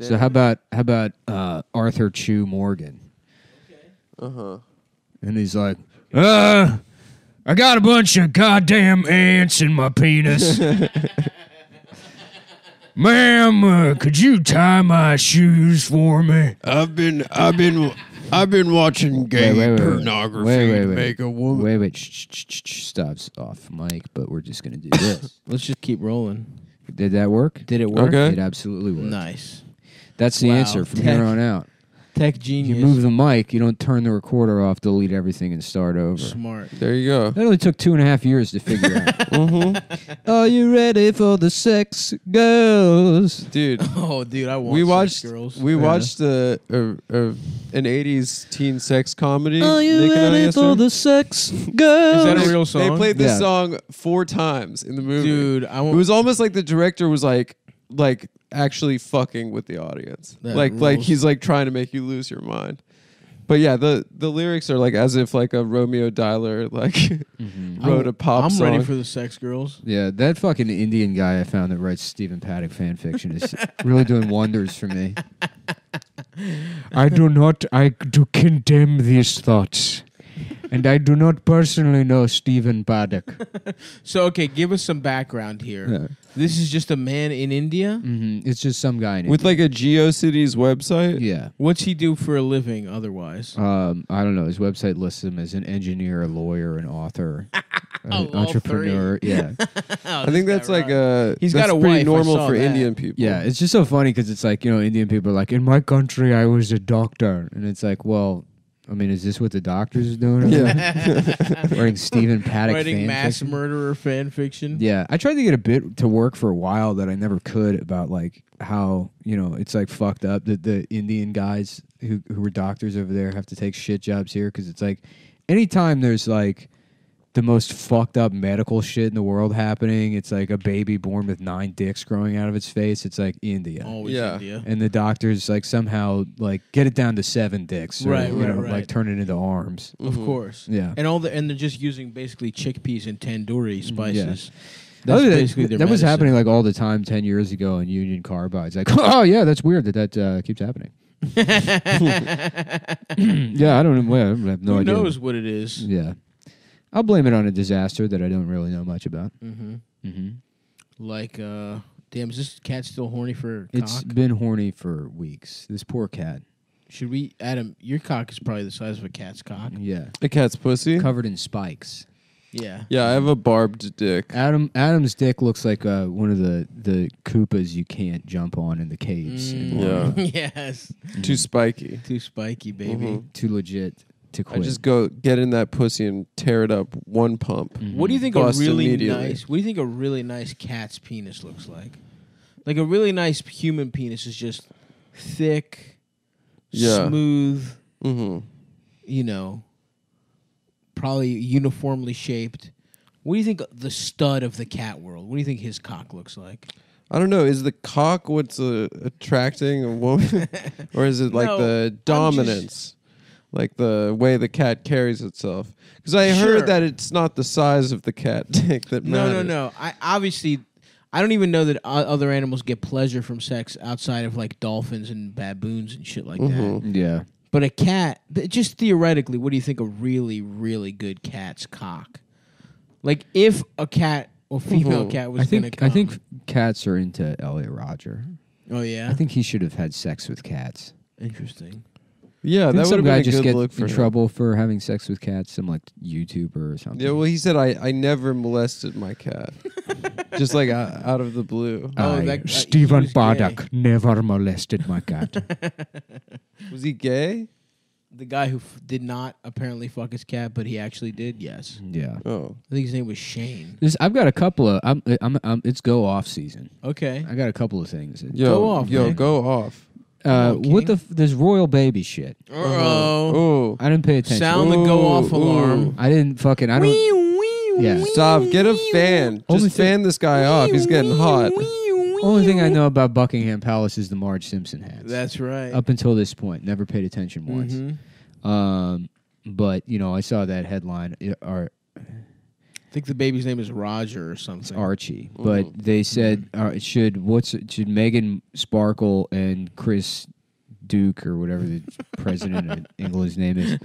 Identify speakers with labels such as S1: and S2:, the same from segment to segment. S1: So how about how about uh, Arthur Chu Morgan?
S2: Uh
S3: Uh-huh.
S2: huh.
S1: And he's like, uh, I got a bunch of goddamn ants in my penis. Ma'am, uh, could you tie my shoes for me?
S4: I've been, I've been, I've been watching gay pornography make a woman.
S1: Wait, wait, shh, shh, shh, shh, stops off mic, but we're just gonna do this.
S3: Let's just keep rolling.
S1: Did that work?
S3: Did it work?
S2: Okay.
S1: It absolutely worked.
S3: Nice.
S1: That's the
S3: Wow.
S1: answer from here on out.
S3: Tech
S1: You
S3: genius.
S1: move the mic, you don't turn the recorder off, delete everything, and start over.
S3: Smart.
S2: There you go.
S1: That only took two and a half years to figure out.
S5: Mm-hmm.
S2: Mhm.
S1: Are you ready for the sex girls?
S2: Dude,
S3: Oh, dude, I want
S2: we
S3: sex
S2: watched
S3: girls.
S2: we watched the uh, uh, an '80s teen sex comedy. Nick and I yesterday.
S1: sex girls?
S3: Is that a
S2: They-
S3: real
S2: They
S3: song?
S2: played this
S1: Yeah.
S2: song four times in the movie.
S3: dude. I
S2: it
S3: want.
S2: was almost like the director was like, like actually fucking with the audience.
S3: That
S2: like, like
S3: rules.
S2: he's like trying to make you lose your mind. But yeah, the the lyrics are like as if like a Romeo Dyler like wrote a pop
S3: Mm-hmm. I'm
S2: song.
S3: ready for the sex girls.
S1: yeah, that fucking Indian guy I found that writes Stephen Paddock fan fiction is really doing wonders for me.
S5: I do not, I do condemn these thoughts. And I do not personally know Stephen Paddock.
S3: So okay, give us some background here. This is just a man in India.
S1: hmm It's just some guy in
S2: with like a GeoCities website.
S1: yeah.
S3: What's he do for a living otherwise?
S1: Um, I don't know. His website lists him as an engineer, a lawyer, an author, an
S3: all
S1: entrepreneur. Yeah,
S3: Oh,
S2: I think that's like a
S3: He's
S2: that's
S3: got a
S2: pretty
S3: wife, I
S2: normal
S3: saw
S2: for
S3: that.
S2: Indian people.
S1: yeah. It's just so funny because it's like you know Indian people are like, in my country, I was a doctor, and it's like, well, I mean, is this what the doctors are doing?
S2: yeah.
S1: writing Stephen Paddock
S3: writing
S1: fan
S3: mass
S1: fiction?
S3: murderer fan fiction.
S1: Yeah, I tried to get a bit to work for a while that I never could about like how you know it's like fucked up that the Indian guys who who were doctors over there have to take shit jobs here because it's like anytime there's like the most fucked up medical shit in the world happening, it's like a baby born with nine dicks growing out of its face. It's like India.
S3: Always
S2: Yeah.
S3: India.
S1: And the doctors like somehow like get it down to seven dicks, or,
S3: Right,
S1: You
S3: right,
S1: know,
S3: right.
S1: like turn it into arms.
S3: Of
S2: Mm-hmm.
S3: course.
S1: Yeah.
S3: And all the and they're just using basically chickpeas and tandoori
S2: Mm-hmm.
S3: spices.
S1: Other
S3: That's
S1: than-
S3: basically their
S1: that was
S3: medicine.
S1: happening like all the time 10 years ago in Union Carbide's like, oh, yeah, that's weird that that uh, keeps happening. yeah, I don't know. I have no
S3: Who
S1: idea.
S3: knows what it is?
S1: Yeah. I'll blame it on a disaster that I don't really know much about.
S3: Mm-hmm.
S1: hmm
S3: Like, uh, damn, is this cat still horny for
S1: It's
S3: cock?
S1: been horny for weeks. This poor cat.
S3: Should we, Adam? Your cock is probably the size of a cat's cock.
S1: Yeah.
S2: a cat's pussy.
S1: Covered in spikes.
S3: Yeah.
S2: Yeah, I have a barbed dick.
S1: Adam Adam's dick looks like uh, one of the the Koopas you can't jump on in the caves.
S3: Mm,
S1: in Wyoming.
S2: Yeah.
S3: yes.
S2: Too spiky.
S3: Too spiky, baby.
S2: Mhm.
S1: Too legit to
S2: I
S1: quit.
S2: just go get in that pussy and tear it up one pump.
S1: Mm-hmm.
S3: What do you think a
S2: Bust
S3: really
S2: immediately.
S3: nice? What do you think a really nice cat's penis looks like? Like a really nice human penis is just thick,
S2: Yeah.
S3: smooth.
S2: hmm
S3: You know, probably uniformly shaped. What do you think the stud of the cat world? What do you think his cock looks like?
S2: I don't know. Is the cock what's uh, attracting a woman, or is it like
S3: No, I'm
S2: the
S3: just-
S2: dominance, like the way the cat carries itself? Because I
S3: Sure.
S2: heard that it's not the size of the cat dick that
S3: No,
S2: matters.
S3: no, no. I obviously, I don't even know that o- other animals get pleasure from sex outside of like dolphins and baboons and shit like
S2: Mm-hmm.
S3: that.
S1: yeah.
S3: But a cat, th- just theoretically, what do you think a really, really good cat's cock? Like if a cat, or female
S2: Mhm.
S3: cat was
S1: I
S3: gonna
S1: think
S3: come.
S1: I think cats are into Elliot Roger.
S3: Oh yeah.
S1: I think he should have had sex with cats.
S3: Interesting.
S2: Yeah,
S1: Didn't
S2: Oh, that would
S1: some
S2: have
S1: guy
S2: been a
S1: just
S2: good
S1: get
S2: look for
S1: in
S2: him.
S1: trouble for having sex with cats, some like YouTuber or something.
S2: Yeah, well, he said I, I never molested my cat, just like uh, out of the blue.
S3: Oh,
S5: I,
S3: that- uh, he
S5: Stephen
S3: was gay.
S5: Paddock, never molested my cat.
S2: Was he gay?
S3: The guy who f- did not apparently fuck his cat, but he actually did. Yes.
S1: yeah.
S2: Oh,
S3: I think his name was Shane.
S1: This, I've got a couple of. I'm, I'm, I'm, it's go off season.
S3: Okay.
S1: I got a couple of things.
S2: yo,
S3: Go off,
S2: yo,
S3: man.
S2: go off.
S1: Uh,
S3: Okay.
S1: What the? F- this royal baby shit.
S3: Oh.
S2: oh,
S1: I didn't pay attention.
S3: Sound the go off
S2: Ooh, ooh.
S3: alarm.
S1: I didn't fucking. I don't. Yeah.
S2: Stop. Get a fan.
S1: Only
S2: Just
S1: thing-
S2: fan this guy off. He's getting hot.
S1: Only thing I know about Buckingham Palace is the Marge Simpson hats.
S3: That's right. Mm-hmm.
S1: up until this point, never paid attention once. uh,
S2: Mm-hmm.
S1: Um, but you know, I saw that headline. It, or
S3: think the baby's name is Roger or something.
S1: Archie, but they said uh, it should what's it should Megan Sparkle and Chris Duke or whatever the president of England's name is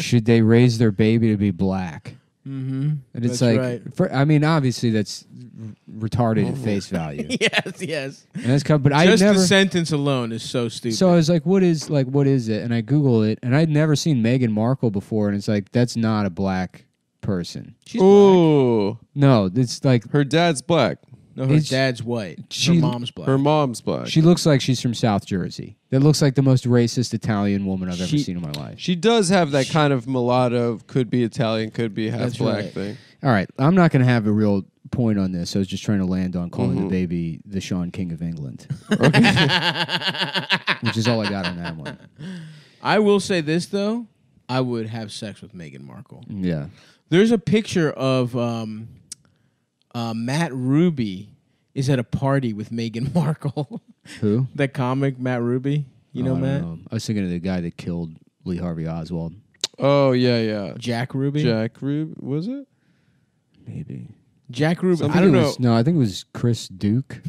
S1: should they raise their baby to be black?
S3: Mm-hmm.
S1: And it's
S3: That's
S1: like,
S3: right.
S1: for, I mean, obviously that's r- retarded at face value.
S3: yes, yes.
S1: And that's kind but
S3: Just
S1: I never.
S3: the sentence alone is so stupid.
S1: So I was like, what is like what is it? And I Google it and I'd never seen Meghan Markle before and it's like that's not a black person.
S3: She's
S2: Ooh,
S1: No, it's like
S2: her dad's black.
S3: black. No, her
S1: it's-
S3: dad's white.
S1: she-
S3: her mom's black.
S2: Her mom's black.
S1: she looks like she's from South Jersey. That looks like the most racist Italian woman I've ever
S2: She-
S1: seen in my life.
S2: She does have that kind of mulatto, could be Italian, could be half
S3: That's
S2: black
S3: right.
S2: thing.
S1: All right, I'm not going to have a real point on this. I was just trying to land on calling the baby the Sean King of England. Which is all I got on that one.
S3: I will say this though, I would have sex with Meghan Markle.
S1: Yeah.
S3: There's a picture of um, uh, Matt Ruby is at a party with Meghan Markle.
S1: Who?
S3: the comic Matt Ruby, you know
S1: Oh, I don't
S3: Matt
S1: I was thinking of the guy that killed Lee Harvey Oswald.
S2: Oh yeah, yeah.
S3: Jack Ruby.
S2: Jack Ruby was it?
S1: Maybe.
S3: Jack Ruby. I
S1: think
S3: don't
S1: it
S3: know.
S1: was- No, I think it was Chris Duke.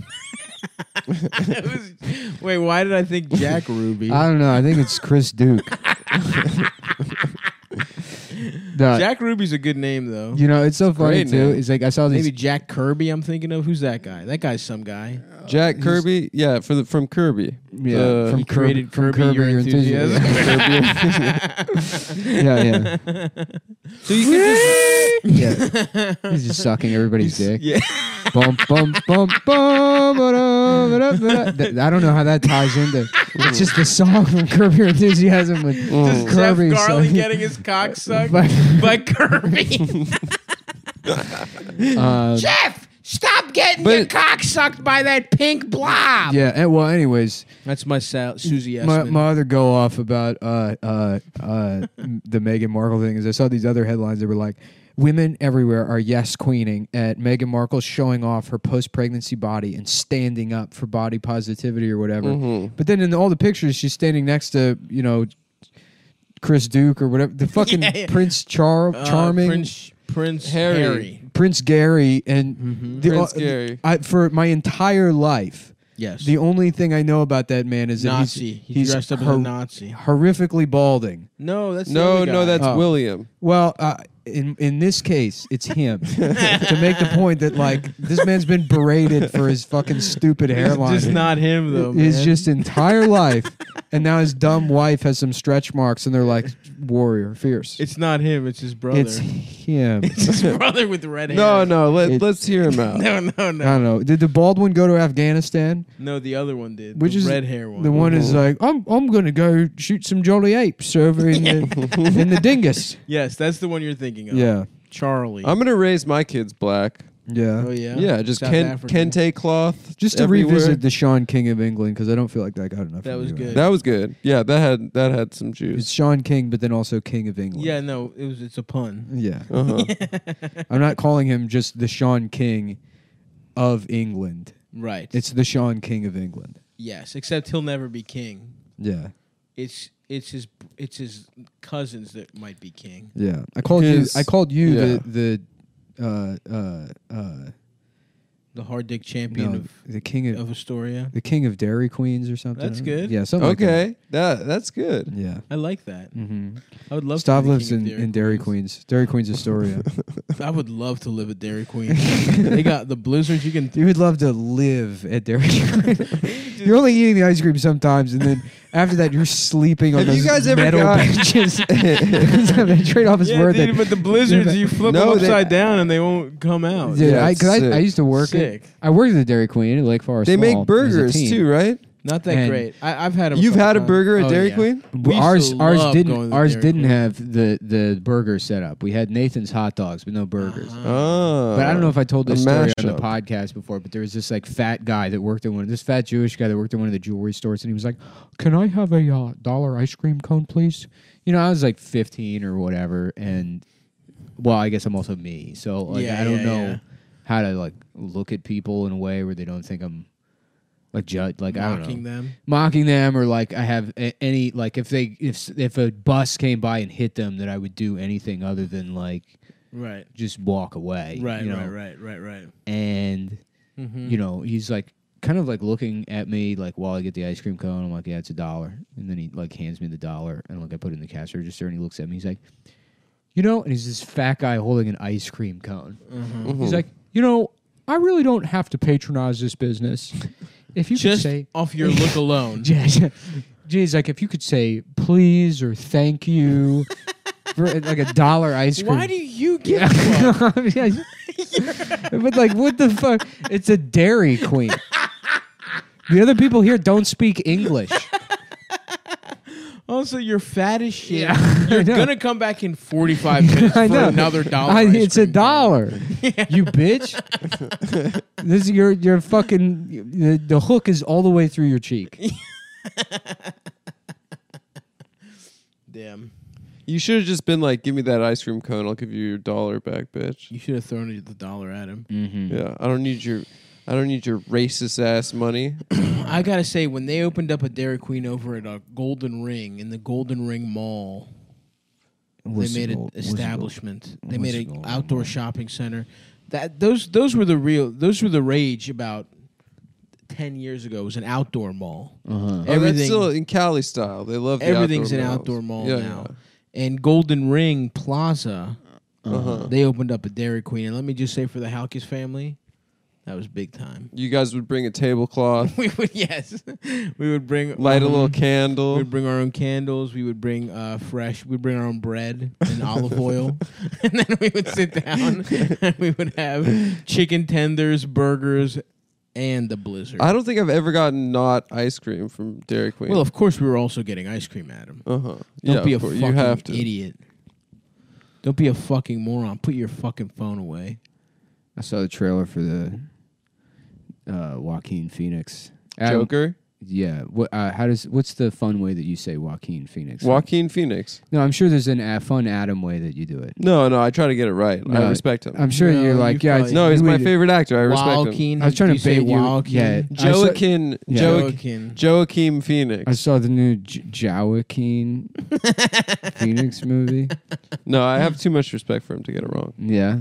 S3: It was- Wait, why did I think Jack Ruby?
S1: I don't know. I think it's Chris Duke. No,
S3: Jack Ruby's a good name though.
S1: you know, it's so funny
S2: Great
S1: too.
S2: name.
S1: It's like I saw these.
S3: Maybe Jack Kirby. I'm thinking of who's that guy? That guy's some guy.
S1: Uh,
S2: Jack Kirby, yeah, for the from Kirby.
S1: yeah,
S2: The-
S1: from
S3: He created
S1: Curb- from
S3: Kirby, Your Enthusiasm.
S1: yeah, yeah,
S2: so you can just,
S1: yeah. He's just sucking everybody's dick.
S3: yeah.
S1: Bum bum bum bum. ba-da, ba-da, ba-da. Th- I don't know how that ties into. It's just the song from Curb Your Enthusiasm with
S2: Does
S3: Jeff
S1: Kirby. so-
S3: Garland getting his cock sucked
S1: But-
S3: by Kirby. Uh,
S1: um,
S3: Jeff, stop getting
S2: But-
S3: your cock sucked by that pink blob.
S1: yeah. and- well, anyways,
S3: That's my Sal- Susie
S1: my,
S3: Essman.
S1: my other go off about uh, uh, uh, the Meghan Markle thing is I saw these other headlines that were like, women everywhere are yes queening at Meghan Markle showing off her post pregnancy body and standing up for body positivity or whatever.
S3: Mm-hmm.
S1: But then in all the pictures, she's standing next to, you know, Chris Duke or whatever, the fucking
S3: Yeah, yeah.
S1: Prince Char-
S3: Uh,
S1: Charming.
S3: Prince, Prince
S2: Harry.
S3: Harry.
S1: Prince Gary and
S3: mm-hmm.
S1: the,
S2: Prince
S1: uh,
S2: Gary.
S1: I, for my entire life,
S3: Yes.
S1: the only thing I know about that man is that
S3: Nazi.
S1: he's,
S3: he
S1: he's
S3: dressed up as
S1: hor-
S3: a Nazi.
S1: horrifically balding.
S3: No, that's the
S2: no,
S3: other
S2: no,
S3: guy.
S2: that's
S1: Oh.
S2: William.
S1: Well, uh, in in this case, it's him to make the point that like this man's been berated for his fucking stupid hairline.
S3: just not him though.
S1: his
S3: man.
S1: just entire life, and now his dumb wife has some stretch marks, and they're like warrior, fierce.
S3: it's not him. It's his brother.
S1: It's him.
S3: It's his brother with the red hair.
S2: No, no, let,
S1: It-
S2: let's hear him out.
S3: no, no,
S1: I
S3: no.
S1: don't know. Did the bald one go to Afghanistan?
S3: No, the other one did.
S1: Which
S3: the
S1: is
S3: red hair one.
S1: The one is like, I'm I'm gonna go shoot some jolly apes over in the in the dingus.
S3: Yes, that's the one you're thinking of.
S1: Yeah,
S3: Charlie.
S2: I'm gonna raise my kids black.
S1: yeah.
S3: oh yeah.
S2: Yeah, just
S3: South
S2: Ken,
S3: African.
S2: kente cloth.
S1: Just to
S2: everywhere.
S1: revisit the Sean King of England because I don't feel like that got enough.
S3: That was
S1: anyway.
S3: good.
S2: That was good. Yeah, that had that had some
S1: It's
S2: juice.
S1: Sean King, but then also King of England.
S3: Yeah, no, it was. It's a pun.
S1: Yeah.
S2: Uh-huh.
S1: I'm not calling him just the Sean King of England.
S3: Right.
S1: It's the Sean King of England.
S3: yes, except he'll never be king.
S1: Yeah.
S3: It's it's his it's his cousins that might be king.
S1: Yeah. I called
S2: His-
S1: you I called you
S2: yeah.
S1: the the uh uh uh
S3: The hard dick champion
S1: no,
S3: of
S1: the king of,
S3: of Astoria.
S1: the king of Dairy Queens or something.
S3: That's
S1: I don't know.
S3: good.
S1: Yeah, something like that.
S2: okay, that that's good.
S1: Yeah.
S3: I like that.
S1: Mm-hmm.
S3: I would love.
S1: Stav
S3: to be the
S1: lives
S3: king
S1: in,
S3: of
S1: in Dairy Queens. Dairy Queens Astoria.
S3: I would love to live at Dairy Queen. they got the blizzards. You can.
S1: you would love to live at Dairy Queen. you're only eating the ice cream sometimes, and then after that, you're sleeping on
S2: Have
S1: those
S2: you guys ever
S1: metal
S2: got-
S1: benches. that trade-off is worth it.
S3: but the blizzards, you flip
S2: No,
S3: them
S2: they-
S3: upside down and they won't come out.
S1: Dude,
S2: Yeah,
S1: I,
S2: it's
S1: 'cause I,
S2: sick.
S1: I used to work at,
S3: Sick.
S1: I worked at the Dairy Queen at Lake Forest.
S2: They
S1: Mall
S2: make
S1: as a
S2: burgers
S1: teen.
S2: too, right?
S3: Not that
S1: And-
S3: great. I, I've had. 'em
S2: You've
S3: couple
S2: had a
S3: times.
S2: burger at
S3: Oh,
S2: Dairy
S3: yeah.
S2: Queen?
S1: But
S3: We used
S1: Ours
S3: to
S1: ours
S3: love going to
S1: didn't
S3: the
S1: ours
S3: Dairy
S1: didn't
S3: Queen.
S1: have the the burger set up. We had Nathan's hot dogs, but no burgers.
S3: Uh,
S2: Oh.
S1: But I don't know if I told
S2: a
S1: this story on the
S2: mashup.
S1: podcast before, but there was this like fat guy that worked at one this fat Jewish guy that worked at one of the jewelry stores and he was like, Can I have a uh, dollar ice cream cone, please? You know, I was like fifteen or whatever and well, I guess I'm also me. So like
S3: Yeah,
S1: I don't
S3: yeah,
S1: know
S3: yeah.
S1: how to like look at people in a way where they don't think I'm like judge like I don't know
S3: Mocking them.
S1: mocking them or like I have a- any like if they if if a bus came by and hit them that I would do anything other than like
S3: Right.
S1: just walk away.
S3: Right.
S1: you know?
S3: Right. Right. Right. Right.
S1: And
S3: Mm-hmm.
S1: you know, he's like kind of like looking at me like while I get the ice cream cone. I'm like, yeah, it's a dollar. And then he like hands me the dollar and like I put it in the cash register and he looks at me. He's like, you know, and he's this fat guy holding an ice cream cone.
S3: Mm-hmm.
S1: He's like, you know, I really don't have to patronize this business. If you
S3: just
S1: could say,
S3: off your look alone.
S1: yeah, geez, like if you could say please or thank you for like a dollar ice cream.
S3: Why do you get one?
S1: Yeah. Yeah. But like, what the fuck? It's a Dairy Queen. The other people here don't speak English.
S3: Also, you're fat as shit.
S1: Yeah. I
S3: You're
S1: know.
S3: gonna come back in 45 minutes for
S1: I know.
S3: another dollar.
S1: I-
S3: ice
S1: it's a
S3: cream cone.
S1: dollar, you bitch. this your your fucking the, the hook is all the way through your cheek.
S3: Damn.
S2: You should have just been like, give me that ice cream cone. I'll give you your dollar back, bitch.
S3: You should have thrown the dollar at him.
S2: Yeah, I don't need your, I don't need your racist ass money. Oh,
S3: I gotta say, when they opened up a Dairy Queen over at a Golden Ring in the Golden Ring Mall, they made an establishment. They made
S1: Whistle
S3: an
S1: Gold
S3: outdoor shopping center. That those those were the real those were the rage about ten years ago. It was an outdoor mall.
S1: Uh-huh.
S2: Oh, that's
S3: Everything
S2: still in Cali style. They love the
S3: everything's an
S2: outdoor malls.
S3: outdoor
S2: Yeah,
S3: mall now. And Golden Ring Plaza,
S2: yeah. Uh-huh.
S3: they opened up a Dairy Queen. And let me just say, for the Halkis family, that was big time.
S2: You guys would bring a tablecloth,
S3: we would yes, we would bring
S2: light a
S3: Mm-hmm.
S2: little
S3: We
S2: candle.
S3: would bring our own candles. We would bring uh, fresh. We'd bring our own bread and olive oil, and then we would sit down and we would have chicken tenders, burgers, and the blizzard.
S2: I don't think I've ever gotten not ice cream from Dairy Queen.
S3: well, of course, we were also getting ice cream, Adam.
S2: uh huh.
S3: Don't
S2: yeah,
S3: be a
S2: of course.
S3: fucking
S2: you have to.
S3: idiot. Don't be a fucking moron. Put your fucking phone away.
S1: I saw the trailer for the uh, Joaquin Phoenix. Adam,
S2: Joker,
S1: Yeah. What? Uh, how does? What's the fun way that you say Joaquin Phoenix?
S2: Joaquin Phoenix.
S1: No, I'm sure there's an a fun Adam way that you do it.
S2: No, no, I try to get it right. I
S1: No,
S2: respect him.
S1: I'm sure
S3: No,
S1: you're like,
S3: you
S1: yeah,
S3: probably-
S1: it's-
S2: no, he's
S1: we-
S2: my favorite actor. I respect him.
S3: Joaquin.
S1: I was trying
S3: Do
S1: to
S3: you say
S1: bait you.
S3: Joaquin?
S1: Yeah, I saw-
S2: Joaquin,
S1: Yeah.
S2: Joaquin,
S3: Joaquin.
S2: Joaquin Phoenix.
S1: I saw the new J- Joaquin Phoenix movie.
S2: No, I have too much respect for him to get it wrong.
S1: Yeah,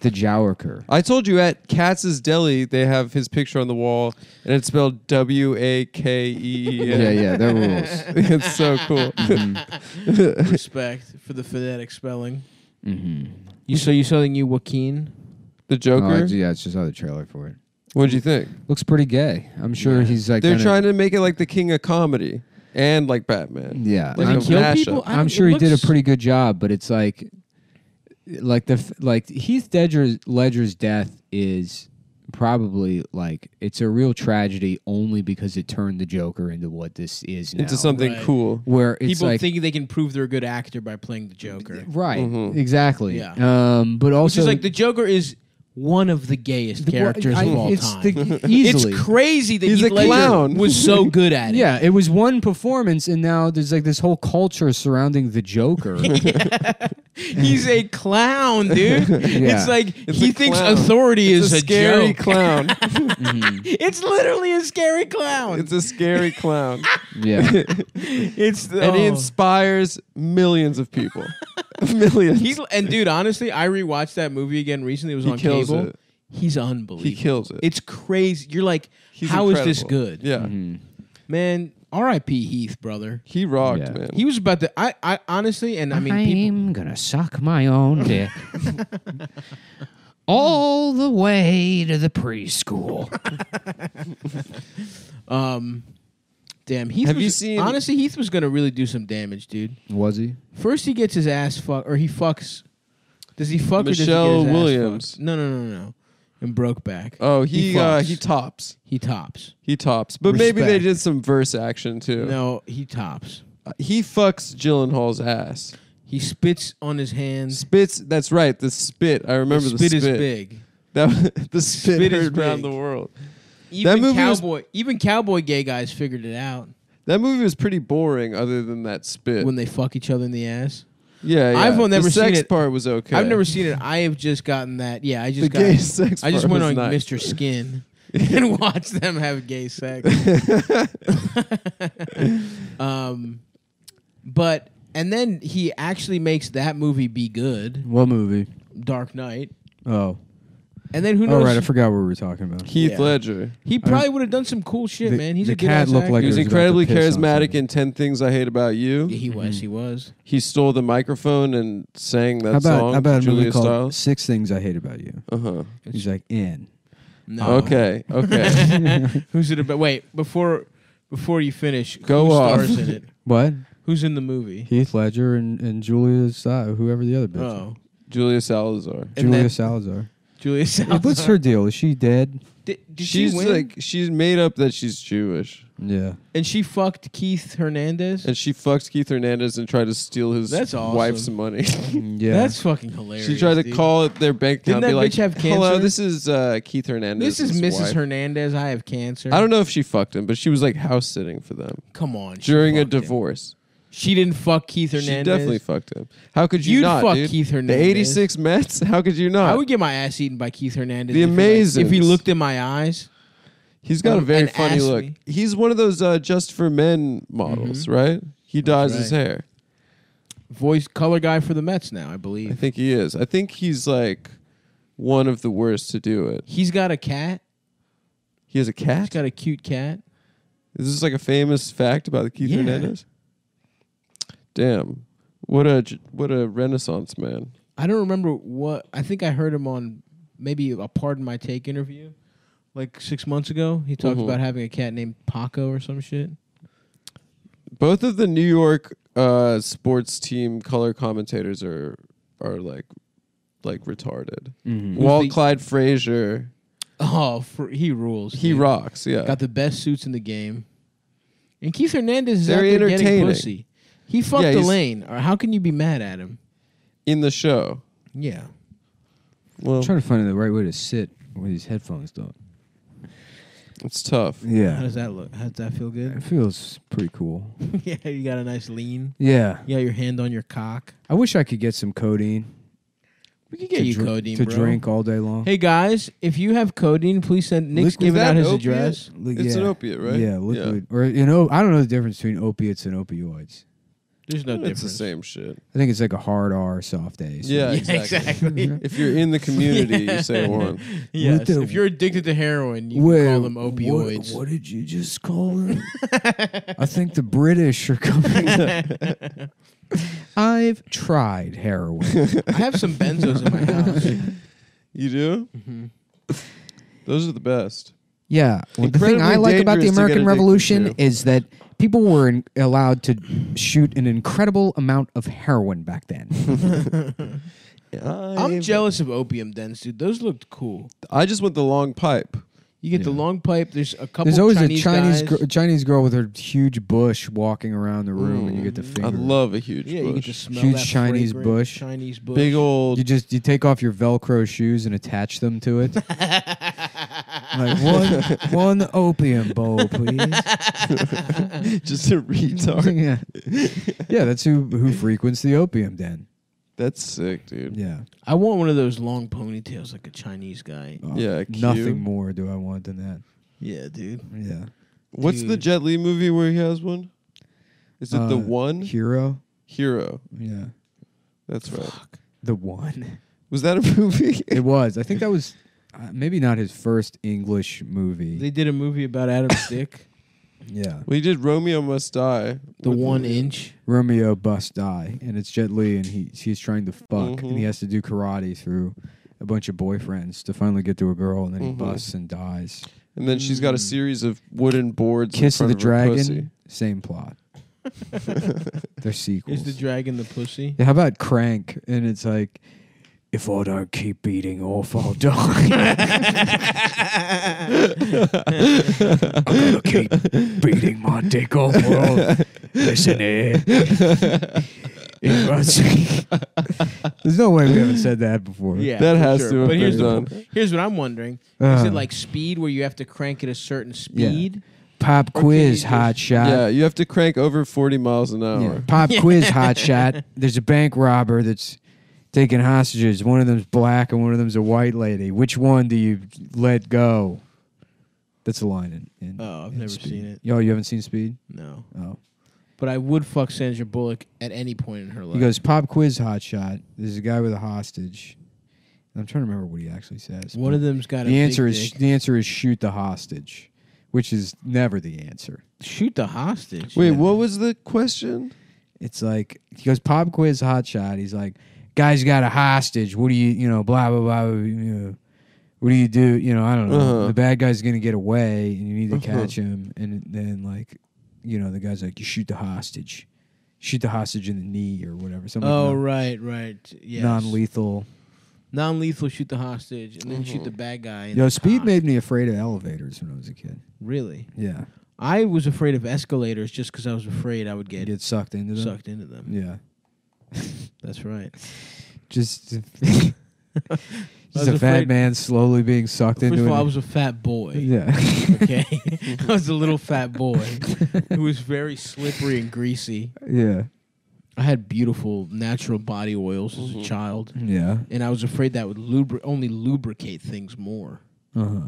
S1: the Jowerker.
S2: I told you at Katz's Deli they have his picture on the wall and it's spelled W A K E E
S1: Yeah, yeah,
S2: N.
S1: that rules. Mm-hmm.
S2: it's so cool.
S3: Respect for the phonetic spelling.
S1: hmm
S3: You so you selling you Joaquin?
S2: The Joker.
S1: Oh, yeah, it's just saw the trailer for it.
S2: What'd you think?
S1: Looks pretty gay. I'm sure he's like.
S2: They're
S1: kinda-
S2: trying to make it like the king of comedy and like Batman.
S1: Yeah,
S2: Like
S1: I'm-
S2: a mashup.
S3: I
S1: I'm
S3: don't-
S1: sure
S3: it
S1: he did a
S3: looks-
S1: pretty good job, but it's like, like the f- like Heath Ledger's, Ledger's death is probably like it's a real tragedy only because it turned the Joker into what this is now,
S2: into something
S3: Right.
S2: cool.
S1: where it's
S3: People
S1: like
S3: think they can prove they're a good actor by playing the Joker.
S1: right,
S2: Mhm.
S1: exactly.
S3: Yeah.
S1: Um, but
S3: Which
S1: also
S3: is like the Joker is one of the gayest
S1: the-
S3: characters
S1: I-
S3: of all
S1: it's
S3: time.
S1: The, easily.
S3: It's crazy that
S2: He's
S3: Heath
S2: a
S3: Ledger
S2: clown.
S3: was so good at it.
S1: yeah, it was one performance, and now there's like this whole culture surrounding the Joker.
S3: He's a clown, dude. It's like he
S2: a
S3: thinks
S2: clown.
S3: authority
S2: It's
S3: is
S2: a
S3: a,
S2: scary
S3: joke.
S2: clown. Mm-hmm.
S3: It's literally a scary clown.
S2: it's a scary clown.
S1: yeah,
S3: It's the,
S2: And he
S3: oh.
S2: inspires millions of people. millions.
S3: He's and dude, honestly, I rewatched that movie again recently. It was
S2: He
S3: on
S2: kills
S3: cable.
S2: it.
S3: He's unbelievable.
S2: he kills it.
S3: It's crazy. You're like,
S2: He's
S3: how is this
S2: incredible.
S3: good?
S2: Yeah.
S3: Man, R.I.P. Heath, brother.
S2: He rocked,
S1: Yeah.
S2: man.
S3: He was about to. I, I honestly, and I mean, people,
S5: I'm gonna suck my own dick all the way to the preschool.
S3: Um, damn, Heath.
S2: Have
S3: was-
S2: you seen-
S3: Honestly, Heath was gonna really do some damage, dude.
S1: was he?
S3: First, he gets his ass fuck, or he fucks. Does he fuck or does he get
S2: Michelle
S3: his ass
S2: Williams.
S3: fucked? No, no, no, no. And broke back.
S2: oh, he
S3: He
S2: he, uh,
S3: fucks.
S2: he tops.
S3: he tops.
S2: He tops. But maybe they
S3: Respect.
S2: did some verse action too.
S3: No, he tops.
S2: Uh, He fucks Gyllenhaal's ass.
S3: He spits on his hands.
S2: Spits. That's right. The spit. I remember the
S3: spit
S2: spit.
S3: is big.
S2: That the spit,
S3: Spit is
S2: heard around
S3: big.
S2: the world.
S3: Even
S2: movie was-
S3: cowboy, even cowboy gay guys figured it out
S2: That movie was pretty boring, other than that spit.
S3: when they fuck each other in the ass.
S2: yeah, yeah.
S3: I've
S2: the
S3: never seen
S2: sex
S3: it.
S2: part was okay.
S3: I've never seen it. I have just gotten that. Yeah, I just
S2: the
S3: got
S2: gay sex.
S3: I just
S2: part
S3: went
S2: was
S3: on
S2: nice.
S3: Mr. Skin and watched them have gay sex. um, but and then he actually makes that movie be good.
S1: What movie?
S3: Dark Knight,
S1: Oh,
S3: and then who
S1: oh
S3: knows?
S1: right. I forgot what we were talking about.
S2: Heath
S3: Yeah.
S2: Ledger.
S3: he probably would have done some cool shit,
S1: The-
S3: man. He's
S1: the
S3: a good
S1: cat
S3: ass
S1: looked
S3: actor.
S1: like
S2: He was
S1: Ledger's about
S2: incredibly
S1: to piss on
S2: charismatic
S1: something.
S2: in Ten Things I Hate About You.
S3: Yeah, he was. He was.
S2: He stole the microphone and sang that
S1: How about
S2: song.
S1: how about a
S2: Julia
S1: movie called
S2: Stiles.
S1: Six Things I Hate About You?
S2: Uh huh.
S1: He's like in.
S3: No.
S2: Okay. Okay.
S3: Who's it about? Wait, before before you finish,
S2: Go
S3: who
S2: off.
S3: stars in it?
S1: What?
S3: Who's in the movie?
S1: Heath Ledger and, and Julia Sa- whoever the other bitch.
S3: Oh,
S1: is.
S2: Julia Salazar.
S3: and
S1: Julia
S3: then-
S1: Salazar.
S3: Julia
S1: Yeah,
S3: Salazar.
S1: What's her deal? Is she dead?
S3: Did, did
S2: she's
S3: she win?
S2: like she's made up that she's Jewish,
S1: Yeah.
S3: and she fucked Keith Hernandez.
S2: and she fucks Keith Hernandez and tried to steal his
S3: That's awesome.
S2: wife some money.
S1: Yeah.
S3: That's fucking hilarious.
S2: she tried to
S3: dude.
S2: call at their bank
S3: Didn't
S2: account, and be
S3: that
S2: like,
S3: bitch have
S2: "Hello,
S3: cancer?
S2: this is uh, Keith Hernandez.
S3: This is Mrs.
S2: Wife.
S3: Hernandez. I have cancer.
S2: I don't know if she fucked him, but she was like house sitting for them
S3: Come on. she
S2: during a
S3: fucked him.
S2: divorce.
S3: She didn't fuck Keith Hernandez.
S2: She definitely fucked him. How could you
S3: You'd
S2: not,
S3: fuck
S2: dude?
S3: Keith
S2: The
S3: Hernandez.
S2: '86 Mets. How could you not?
S3: I would get my ass eaten by Keith Hernandez.
S2: The
S3: if he, like-
S2: Amazons.
S3: If he looked in my eyes,
S2: He's got a
S3: Um,
S2: very
S3: and
S2: funny
S3: asked
S2: look.
S3: me. Mm-hmm.
S2: He's one of those uh, just for men models, right? He dyes his
S3: right.
S2: hair.
S3: voice color guy for the Mets now, I
S2: I
S3: believe.
S2: think he is. I think he's like one of the worst to do it.
S3: He's got a cat.
S2: He has a
S3: He's
S2: cat.
S3: got a cute cat.
S2: Is this like a famous fact about Keith
S3: Yeah.
S2: Hernandez? Damn, what a j- what a Renaissance man.
S3: I don't remember what. I think I heard him on maybe a Pardon My Take interview like six months ago. He talked
S2: Mhm.
S3: about having a cat named Paco or some shit.
S2: Both of the New York uh, sports team color commentators are are like like retarded.
S1: Mhm.
S2: Walt
S3: the-
S2: Clyde Frazier,
S3: Oh, for, he rules.
S2: he
S3: dude.
S2: rocks. Yeah,
S3: Got the best suits in the game. And Keith Hernandez is
S2: Very
S3: out there getting
S2: entertaining.
S3: pussy. He fucked
S2: Yeah, he's-
S3: Elaine. Or how can you be mad at him?
S2: in the show.
S3: Yeah.
S2: Well,
S1: I'm trying to find the right way to sit with these headphones though.
S2: it's tough.
S3: How
S1: Yeah.
S3: does that look? How does that feel
S1: It
S3: good?
S1: feels pretty cool.
S3: yeah, you got a nice lean.
S1: Yeah.
S3: You got your hand on your cock.
S1: I wish I could get some codeine.
S3: We could get
S1: to
S3: you
S1: dr-
S3: codeine,
S1: to
S3: bro.
S1: drink all day long.
S3: Hey guys, if you have codeine, please send. Nick's
S1: Liquid-
S3: giving
S2: Is
S3: out
S2: that
S3: his
S2: opiate?
S3: address.
S1: Li-
S2: It's
S1: yeah.
S2: an opiate, right?
S1: Yeah, liquid. Or you know, I don't know the difference between opiates and opioids.
S3: There's no
S2: It's
S3: difference.
S2: the same shit.
S1: I think it's like a hard R, soft A. so-
S2: Yeah,
S3: Yeah, exactly.
S2: If you're in the community, you say one.
S3: yes.
S1: the-
S3: if you're addicted to heroin, you
S1: Wait,
S3: can call them
S1: what-
S3: opioids.
S1: What, did you just call them? I think the British are coming. I've tried heroin.
S3: I have some benzos in my house.
S2: You do? Those are the best.
S1: Yeah. Well, the thing
S2: Incredibly
S1: I like about the
S2: dangerous to get
S1: American
S2: addicted
S1: Revolution
S2: to.
S1: is that people were in, allowed to shoot an incredible amount of heroin back then.
S3: I'm jealous of opium dens, dude. Those looked cool.
S2: I just want the long pipe.
S3: You get the long pipe. There's a couple.
S1: There's always
S3: Chinese
S1: a Chinese
S3: guys.
S1: gr- Chinese girl with her huge bush walking around the room, and you get to finger.
S2: Mm, I
S1: it.
S2: love a huge
S3: Yeah, you
S2: bush.
S3: get to smell
S1: Huge
S3: that
S1: Chinese
S3: fragrant
S1: bush.
S3: Chinese bush.
S2: Big old.
S1: You just you take off your Velcro shoes and attach them to it. like one one opium bowl, please.
S2: just a retard.
S1: yeah, yeah. That's who who frequents the opium den.
S2: That's sick, dude.
S1: Yeah,
S3: I want one of those long ponytails like a Chinese guy.
S1: Oh,
S2: Yeah, cute.
S1: nothing more do I want than that.
S3: Yeah, dude.
S1: Yeah,
S2: What's the
S3: Dude.
S2: Jet Li movie where he has one? Is it the
S1: Uh,
S2: one
S1: hero.
S2: hero?
S1: Yeah,
S2: That's right.
S1: the one.
S2: Was that a movie?
S1: It was. I think that was uh, maybe not his first English movie.
S3: They did a movie about Adam's dick,
S1: yeah,
S2: we did Romeo Must Die.
S3: the
S2: with
S3: one inch.
S1: Romeo must die, and it's Jet Li, and he he's trying to fuck,
S2: Mhm.
S1: and he has to do karate through a bunch of boyfriends to finally get to a girl, and then
S2: Mhm.
S1: he busts and dies.
S2: And then she's got a series of wooden boards. in
S1: Hmm. Kiss of
S2: front
S1: the
S2: her
S1: Dragon,
S2: pussy.
S1: same plot. They're sequels.
S3: Is the dragon the pussy?
S1: Yeah, How about Crank? And it's like, if I don't keep beating off, I'll die. I gotta keep beating my dick off. Or I'll... Listen here. If I see- There's no way we haven't said that before.
S2: That
S3: for
S2: has to have
S3: But here's
S2: been
S3: the,
S2: done.
S3: here's what I'm wondering: Is
S1: Uh,
S3: it like speed, where you have to crank at a certain
S1: Yeah.
S3: speed?
S1: pop
S3: can you
S1: quiz,
S3: just-
S1: hot shot?
S2: yeah, you have to crank over 40 miles an hour.
S1: Yeah. Pop quiz, hot shot. There's a bank robber that's taking hostages. One of them's black and one of them's a white lady. Which one do you let go? That's a line in. in
S3: Oh, I've
S1: in
S3: never
S1: Speed.
S3: seen it.
S1: Yo, you haven't seen Speed?
S3: No,
S1: Oh,
S3: but I would fuck Sandra Bullock at any point in her life.
S1: he goes pop quiz, hot shot. There's a guy with a hostage. I'm trying to remember what he actually says.
S3: One
S1: but
S3: of them's got a
S1: the answer
S3: big
S1: is
S3: dick.
S1: the answer is shoot the hostage, which is never the answer.
S3: shoot the hostage.
S2: Wait,
S1: Yeah.
S2: what was the question?
S1: It's like he goes pop quiz hot shot. He's like, guy's got a hostage. What do you you know blah blah blah. blah, You know, what do you do? You know I don't know.
S2: Uh-huh.
S1: The bad guy's gonna get away, and you need to
S2: Uh-huh.
S1: catch him. And then like, you know, the guy's like, you shoot the hostage, shoot the hostage in the knee or whatever. Something
S3: Oh
S1: like
S3: right, right. Yes.
S1: non-lethal.
S3: Non-lethal. Shoot the hostage and then shoot the bad guy. in
S1: Yo,
S3: the
S1: speed
S3: cock.
S1: made me afraid of elevators when I was a kid.
S3: Really,
S1: Yeah,
S3: I was afraid of escalators just because I was afraid I would get,
S1: get sucked into them.
S3: sucked into them.
S1: Yeah,
S3: That's right.
S1: just
S3: was
S1: just a fat
S3: afraid-
S1: man slowly being sucked
S3: First
S1: into
S3: of all, I
S1: an-
S3: was a fat boy.
S1: yeah,
S3: Okay, I was a little fat boy who was very slippery and greasy.
S1: yeah,
S3: I had beautiful natural body oils as a child,
S1: yeah.
S3: and I was afraid that would lubri- only lubricate things more.
S1: Uh huh.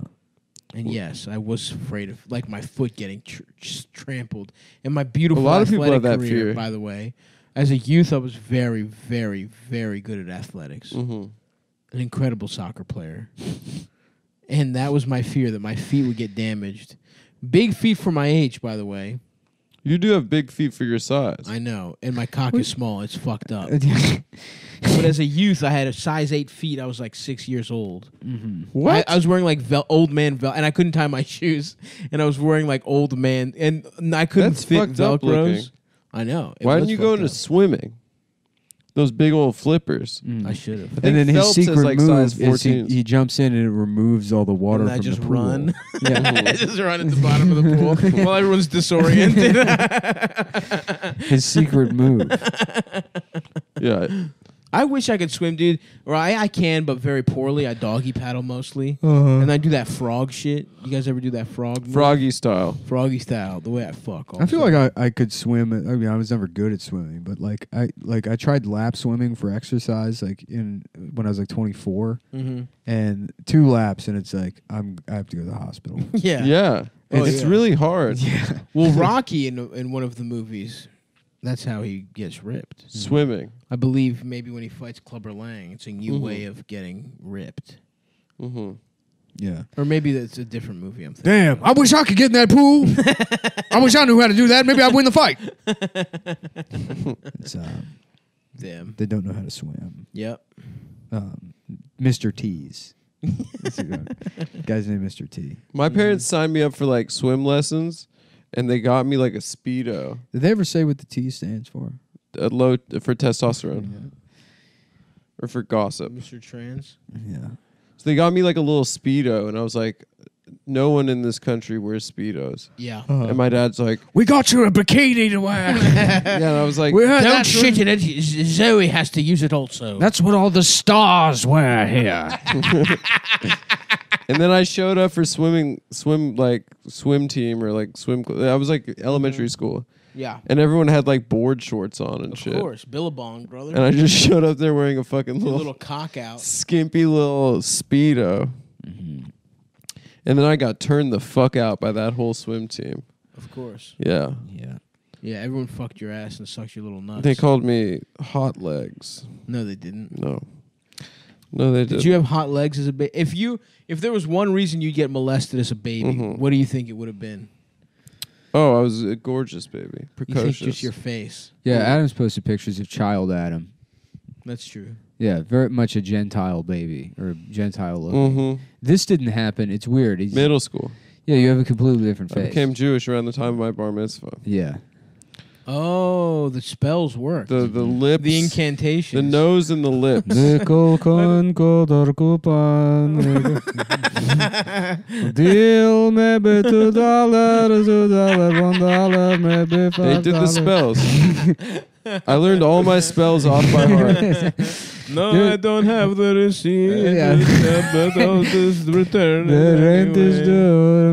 S3: And yes, I was afraid of like my foot getting tr- just trampled. And my beautiful
S2: A lot of people
S3: athletic
S2: have that
S3: career,
S2: fear.
S3: by the way. As a youth, I was very, very, very good at athletics.
S2: Mm-hmm.
S3: An incredible soccer player. and that was my fear that my feet would get damaged. Big feet for my age, by the way.
S2: You do have big feet for your size.
S3: I know. And my cock is small. It's fucked up. mm-hmm. but as a youth, I had a size eight feet. I was like six years old.
S2: What?
S3: I, I was wearing like vel- old man vel, and I couldn't tie my shoes, and I was wearing like old man, and n- I couldn't
S2: That's
S3: fit
S2: fucked up looking.
S3: velcros. I know. it
S2: Why
S3: was
S2: didn't you go
S3: fucked
S2: into
S3: up.
S2: swimming? Those big old flippers.
S3: I should have.
S2: think
S1: Mm. And then his
S2: Phelps is,
S1: secret
S2: like, size
S1: move is he,
S2: 14.
S1: he jumps in and it removes all the water
S3: And
S1: from
S3: I just
S1: the pool.
S3: run.
S1: Yeah.
S3: I just run at the bottom of the pool while everyone's disoriented.
S1: his secret move.
S2: Yeah.
S3: I wish I could swim, dude. Or I, I can, but very poorly. I doggy paddle mostly,
S1: Uh-huh.
S3: and I do that frog shit. You guys ever do that frog? move?
S2: Froggy style.
S3: Froggy style, the way I fuck.
S1: I feel
S3: also.
S1: like I, I could swim. I mean, I was never good at swimming, but like I like I tried lap swimming for exercise, like in when I was like 24,
S3: Mhm.
S1: and two laps, and it's like I'm I have to go to the hospital.
S3: Yeah.
S2: Yeah.
S3: Oh,
S2: it's
S3: yeah.
S2: really hard.
S3: Well, Rocky in in one of the movies, that's how he gets ripped.
S2: Swimming.
S3: I believe maybe when he fights Clubber Lang, it's a new way of getting ripped.
S2: Mm-hmm.
S1: yeah.
S3: Or maybe that's a different movie. I'm thinking.
S1: Damn, I wish I could get in that pool. I wish I knew how to do that. Maybe I'd win the fight. it's, um,
S3: Damn.
S1: they don't know how to swim.
S3: Yep.
S1: Um, Mr. T's. That's a good one. guy's name Mr. T.
S2: My
S3: Mm-hmm.
S2: parents signed me up for like swim lessons, and they got me like a speedo,
S1: Did they ever say what the T stands for?
S2: a low for testosterone or for gossip.
S3: Mr. Trans.
S1: Yeah.
S2: So they got me like a little speedo, and I was like, no one in this country wears speedos.
S3: Yeah.
S2: And my dad's like,
S1: We got you a bikini to wear.
S2: yeah, and I was like,
S1: We heard
S3: Don't
S1: that's
S3: shit in it. Z- Zoe has to use it also.
S5: That's what all the stars wear here.
S2: and then I showed up for swimming, swim like swim team or like swim. cl- I was like elementary school,
S3: yeah.
S2: and everyone had like board shorts on and
S3: Of
S2: shit.
S3: course. Billabong, brother.
S2: And I just showed up there wearing a fucking
S3: a
S2: little,
S3: little cock out.
S2: skimpy little speedo. And then I got turned the fuck out by that whole swim team.
S3: Of course.
S2: Yeah.
S1: Yeah.
S3: Yeah. Everyone fucked your ass and sucked your little nuts.
S2: They called me hot legs.
S3: no, they didn't.
S2: No. No, they didn't.
S3: Did you have hot legs as a baby? If you, if there was one reason you'd get molested as a baby, what do you think it would have been?
S2: oh, I was a gorgeous baby.
S3: You think
S2: Precocious.
S3: just your face?
S1: Yeah, Adam's posted pictures of child Adam.
S3: That's true.
S1: Yeah, very much a Gentile baby or Gentile look.
S2: Mhm.
S1: This didn't happen. It's weird. He's,
S2: Middle school.
S1: yeah, you have a completely different face.
S2: I became Jewish around the time of my bar mitzvah.
S1: yeah.
S3: Oh, the spells work.
S2: The the lips,
S3: the incantations.
S2: the nose, and the lips.
S5: Nickel con kodor kupan. Deal maybe two dollars, two dollars, one dollar, maybe five
S2: they did the spells. I learned all my spells off by heart.
S3: No,
S1: Dude.
S3: I don't have the receipt.
S1: Uh, yeah.
S3: Except that all this return.
S5: The rent is
S3: anyway.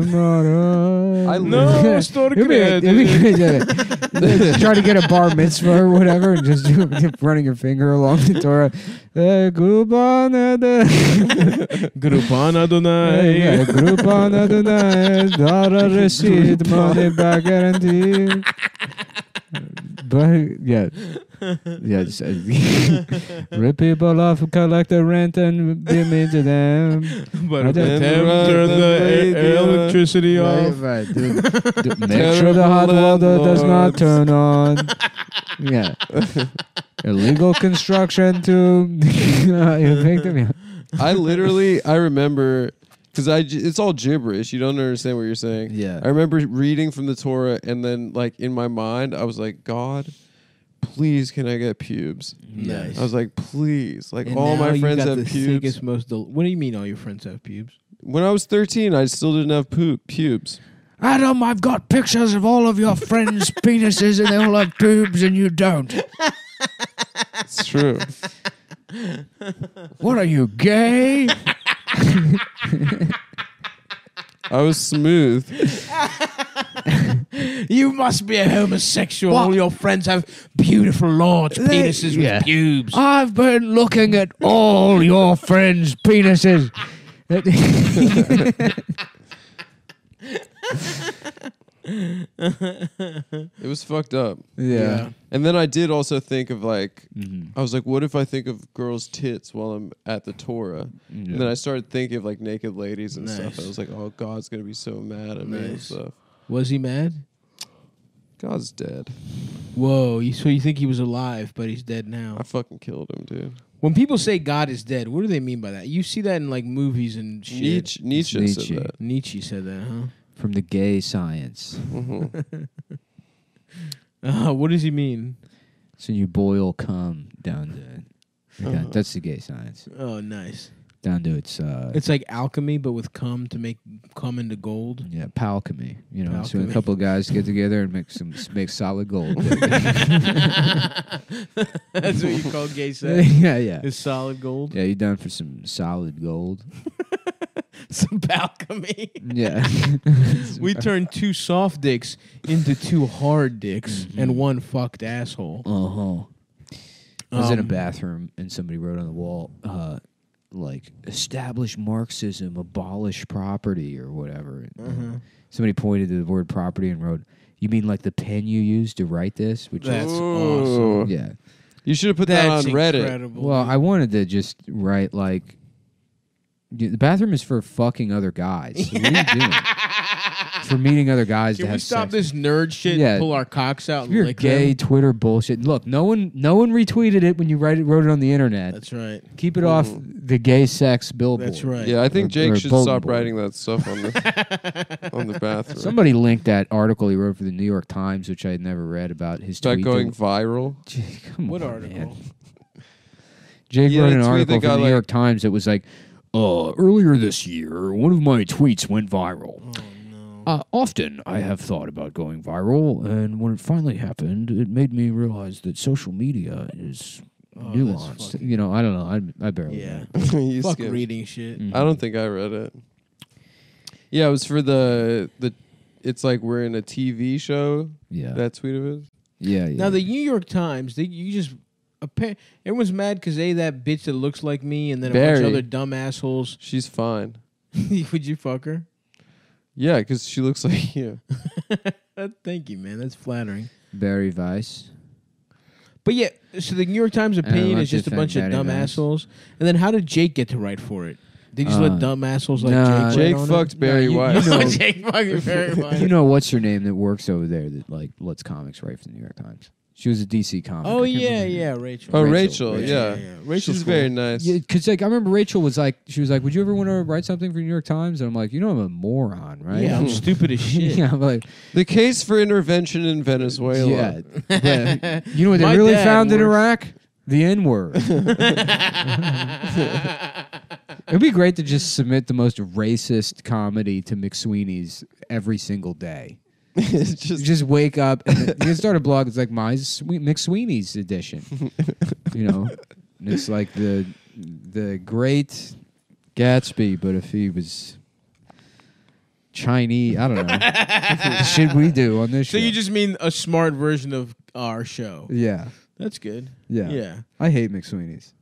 S5: due tomorrow.
S2: I
S3: No store
S1: It'd be,
S3: credit.
S1: it'd be great to- try to get a bar mitzvah or whatever and just do, keep running your finger along the Torah. Eh, Groupon Adonai.
S3: Groupon Adonai.
S5: Eh, Groupon Adonai, dollar receipt, money back guarantee. But yeah,
S1: yeah, just, uh,
S5: Rip people off, collect the rent, and be mean to them.
S3: But
S5: I don't-
S3: if the temp turn the e-
S2: Radio.
S3: electricity
S1: right,
S3: off.
S1: right, dude.
S5: D- Make sure the hot water does not
S2: Landlords.
S5: turn on.
S1: yeah,
S5: Illegal construction to evict them. Yeah.
S2: I literally I remember because I j- it's all gibberish. You don't understand what you're saying.
S1: Yeah.
S2: I remember reading from the Torah and then like in my mind I was like, God, please can I get pubes?
S1: Nice.
S2: I was like, please, like
S3: And
S2: all
S3: now
S2: my
S3: you
S2: friends
S3: got
S2: have
S3: the
S2: pubes.
S3: Sickest, most del- what do you mean all your friends have pubes?
S2: When I was 13, I still didn't have poop pubes.
S5: Adam, I've got pictures of all of your friends' penises, and they all have boobs, and you don't.
S2: It's true.
S5: What are you gay?
S2: I was smooth.
S3: You must be a homosexual. All your friends have beautiful large penises
S5: yeah.
S3: with pubes.
S5: I've been looking at all your friends' penises.
S2: It was fucked up.
S1: yeah.
S2: And then I did also think of like,
S3: Mm-hmm.
S2: I was like, what if I think of girls' tits while I'm at the Torah? And then I started thinking of like naked ladies and stuff.
S3: Nice.
S2: I was like, oh, God's gonna be so mad at me and
S3: Nice.
S2: stuff.
S3: Was he mad?
S2: God's dead.
S3: Whoa! You, so you think he was alive, but he's dead now.
S2: I fucking killed him, dude.
S3: When people say God is dead, what do they mean by that? You see that in like movies and shit.
S2: Nietzsche, Nietzsche,
S1: Nietzsche.
S2: said that.
S3: Nietzsche said that, huh?
S1: From the gay science.
S2: Mhm.
S3: Uh, what does he mean?
S1: So you boil cum down to like
S3: Uh-huh.
S1: that- that's the gay science.
S3: Oh, nice.
S1: Down to its uh
S3: It's like alchemy, but with cum to make cum into gold.
S1: yeah, palchemy. You know, so
S3: Palchemy.
S1: a couple guys get together and make some make solid gold.
S3: That's what you call gay sex.
S1: yeah, yeah.
S3: Is solid gold.
S1: Yeah, you down for some solid gold.
S3: Some alchemy.
S1: Yeah.
S3: We turned two soft dicks into two hard dicks
S2: Mm-hmm.
S3: and one fucked asshole.
S1: Uh huh. I was in a
S3: Um,
S1: bathroom and somebody wrote on the wall, uh, like establish Marxism, abolish property, or whatever. And, uh,
S3: Uh-huh.
S1: Somebody pointed to the word property and wrote, "You mean like the pen you used to write this?" Which
S3: That's
S1: is,
S3: awesome.
S2: Ooh.
S1: yeah.
S2: You should have put
S3: That's
S2: that on Reddit.
S3: incredible.
S1: Well, I wanted to just write like, y- the bathroom is for fucking other guys. What are you doing? For meeting other guys to
S3: Can we
S1: have
S3: stop
S1: sex.
S3: this nerd shit
S1: Yeah.
S3: and pull our cocks out and
S1: Your
S3: lick
S1: gay
S3: them?
S1: Twitter bullshit. Look, no one, no one retweeted it when you write it, wrote it on the internet.
S3: That's right.
S1: Keep it off the gay sex billboard.
S3: That's right.
S2: Yeah, I think
S1: Or-
S2: Jake
S1: or
S2: should
S1: bulletin
S2: stop
S1: board.
S2: writing that stuff on the on the bathroom.
S1: Somebody linked that article he wrote for the New York Times, which I had never read about his
S2: Start
S1: tweet.
S2: going viral.
S1: Gee, come
S3: What
S1: on,
S3: article?
S1: man. Jake
S2: Yeah,
S1: wrote
S2: the
S1: an
S2: tweet that
S1: article for the
S2: got,
S1: New
S2: like-
S1: York Times that was like, uh, earlier this year, one of my tweets went viral. Uh, often I have thought about going viral, and when it finally happened, it made me realize that social media is nuanced.
S3: fucking-
S1: You know, I don't know. Mm-hmm. I, I barely.
S3: Yeah.
S2: You
S3: Fuck
S2: skip.
S3: reading
S1: Mm.
S3: shit.
S2: I don't think I read it. Yeah, it was for the the. It's like we're in a TV show.
S1: Yeah.
S2: That tweet of his.
S1: yeah. Yeah.
S3: Now the New York Times, they you just appa- everyone's mad because they that bitch that looks like me and then a bunch
S2: Barry.
S3: of other dumb assholes.
S2: She's fine.
S3: Would you fuck her?
S2: Yeah, because she looks like you.
S3: Uh, Thank you, man. That's flattering.
S1: Barry Weiss.
S3: But yeah, so the New York Times
S1: a
S3: opinion is
S1: bunch of
S3: just a bunch of
S1: fat
S3: dumb
S1: daddy guys.
S3: assholes. And then how did Jake get to write for it? They just
S1: Uh,
S3: let dumb assholes like
S1: nah,
S3: Jake.
S2: Jake
S3: write on
S2: fucked Barry
S1: you- you
S2: White.
S1: know-
S3: It? Jake fucking very
S1: you
S3: much.
S1: know what's her name that works over there that like lets comics write for the New York Times? She was a DC comic.
S3: Oh
S1: I can't
S3: yeah,
S1: remember her name.
S3: yeah, Rachel.
S2: oh,
S1: Rachel,
S2: Rachel.
S1: Rachel,
S2: yeah.
S3: yeah, yeah. Rachel's
S2: She's
S3: cool.
S2: very nice.
S1: Yeah, because like I remember Rachel was like, she was like, "Would you ever want to write something for the New York Times?" And I'm like, "You know, I'm a moron, right?"
S3: Yeah, I'm stupid as shit.
S1: yeah, I'm like,
S2: The case for intervention in Venezuela.
S1: yeah. But you know what they
S3: My
S1: really
S3: dad
S1: found in
S3: works-
S1: Iraq? The N word. It'd be great to just submit the most racist comedy to McSweeney's every single day.
S2: It's
S1: You
S2: just
S1: just wake up and you can start a blog. It's like my Swe- McSweeney's edition, you know. And it's like the the great Gatsby, but if he was Chinese, I don't know. Should we do on this
S3: So
S1: show?
S3: you just mean a smart version of our show?
S1: yeah,
S3: That's good.
S1: yeah,
S3: Yeah.
S1: I hate McSweeney's.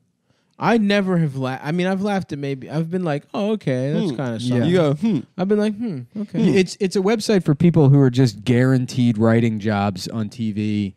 S3: I never have laughed. I mean, I've laughed at maybe. I've been like, oh, okay, that's
S2: Hmm.
S3: kind of
S1: Yeah.
S3: something.
S2: you go. Hmm.
S3: I've been like, hmm, okay.
S1: It's it's a website for people who are just guaranteed writing jobs on TV.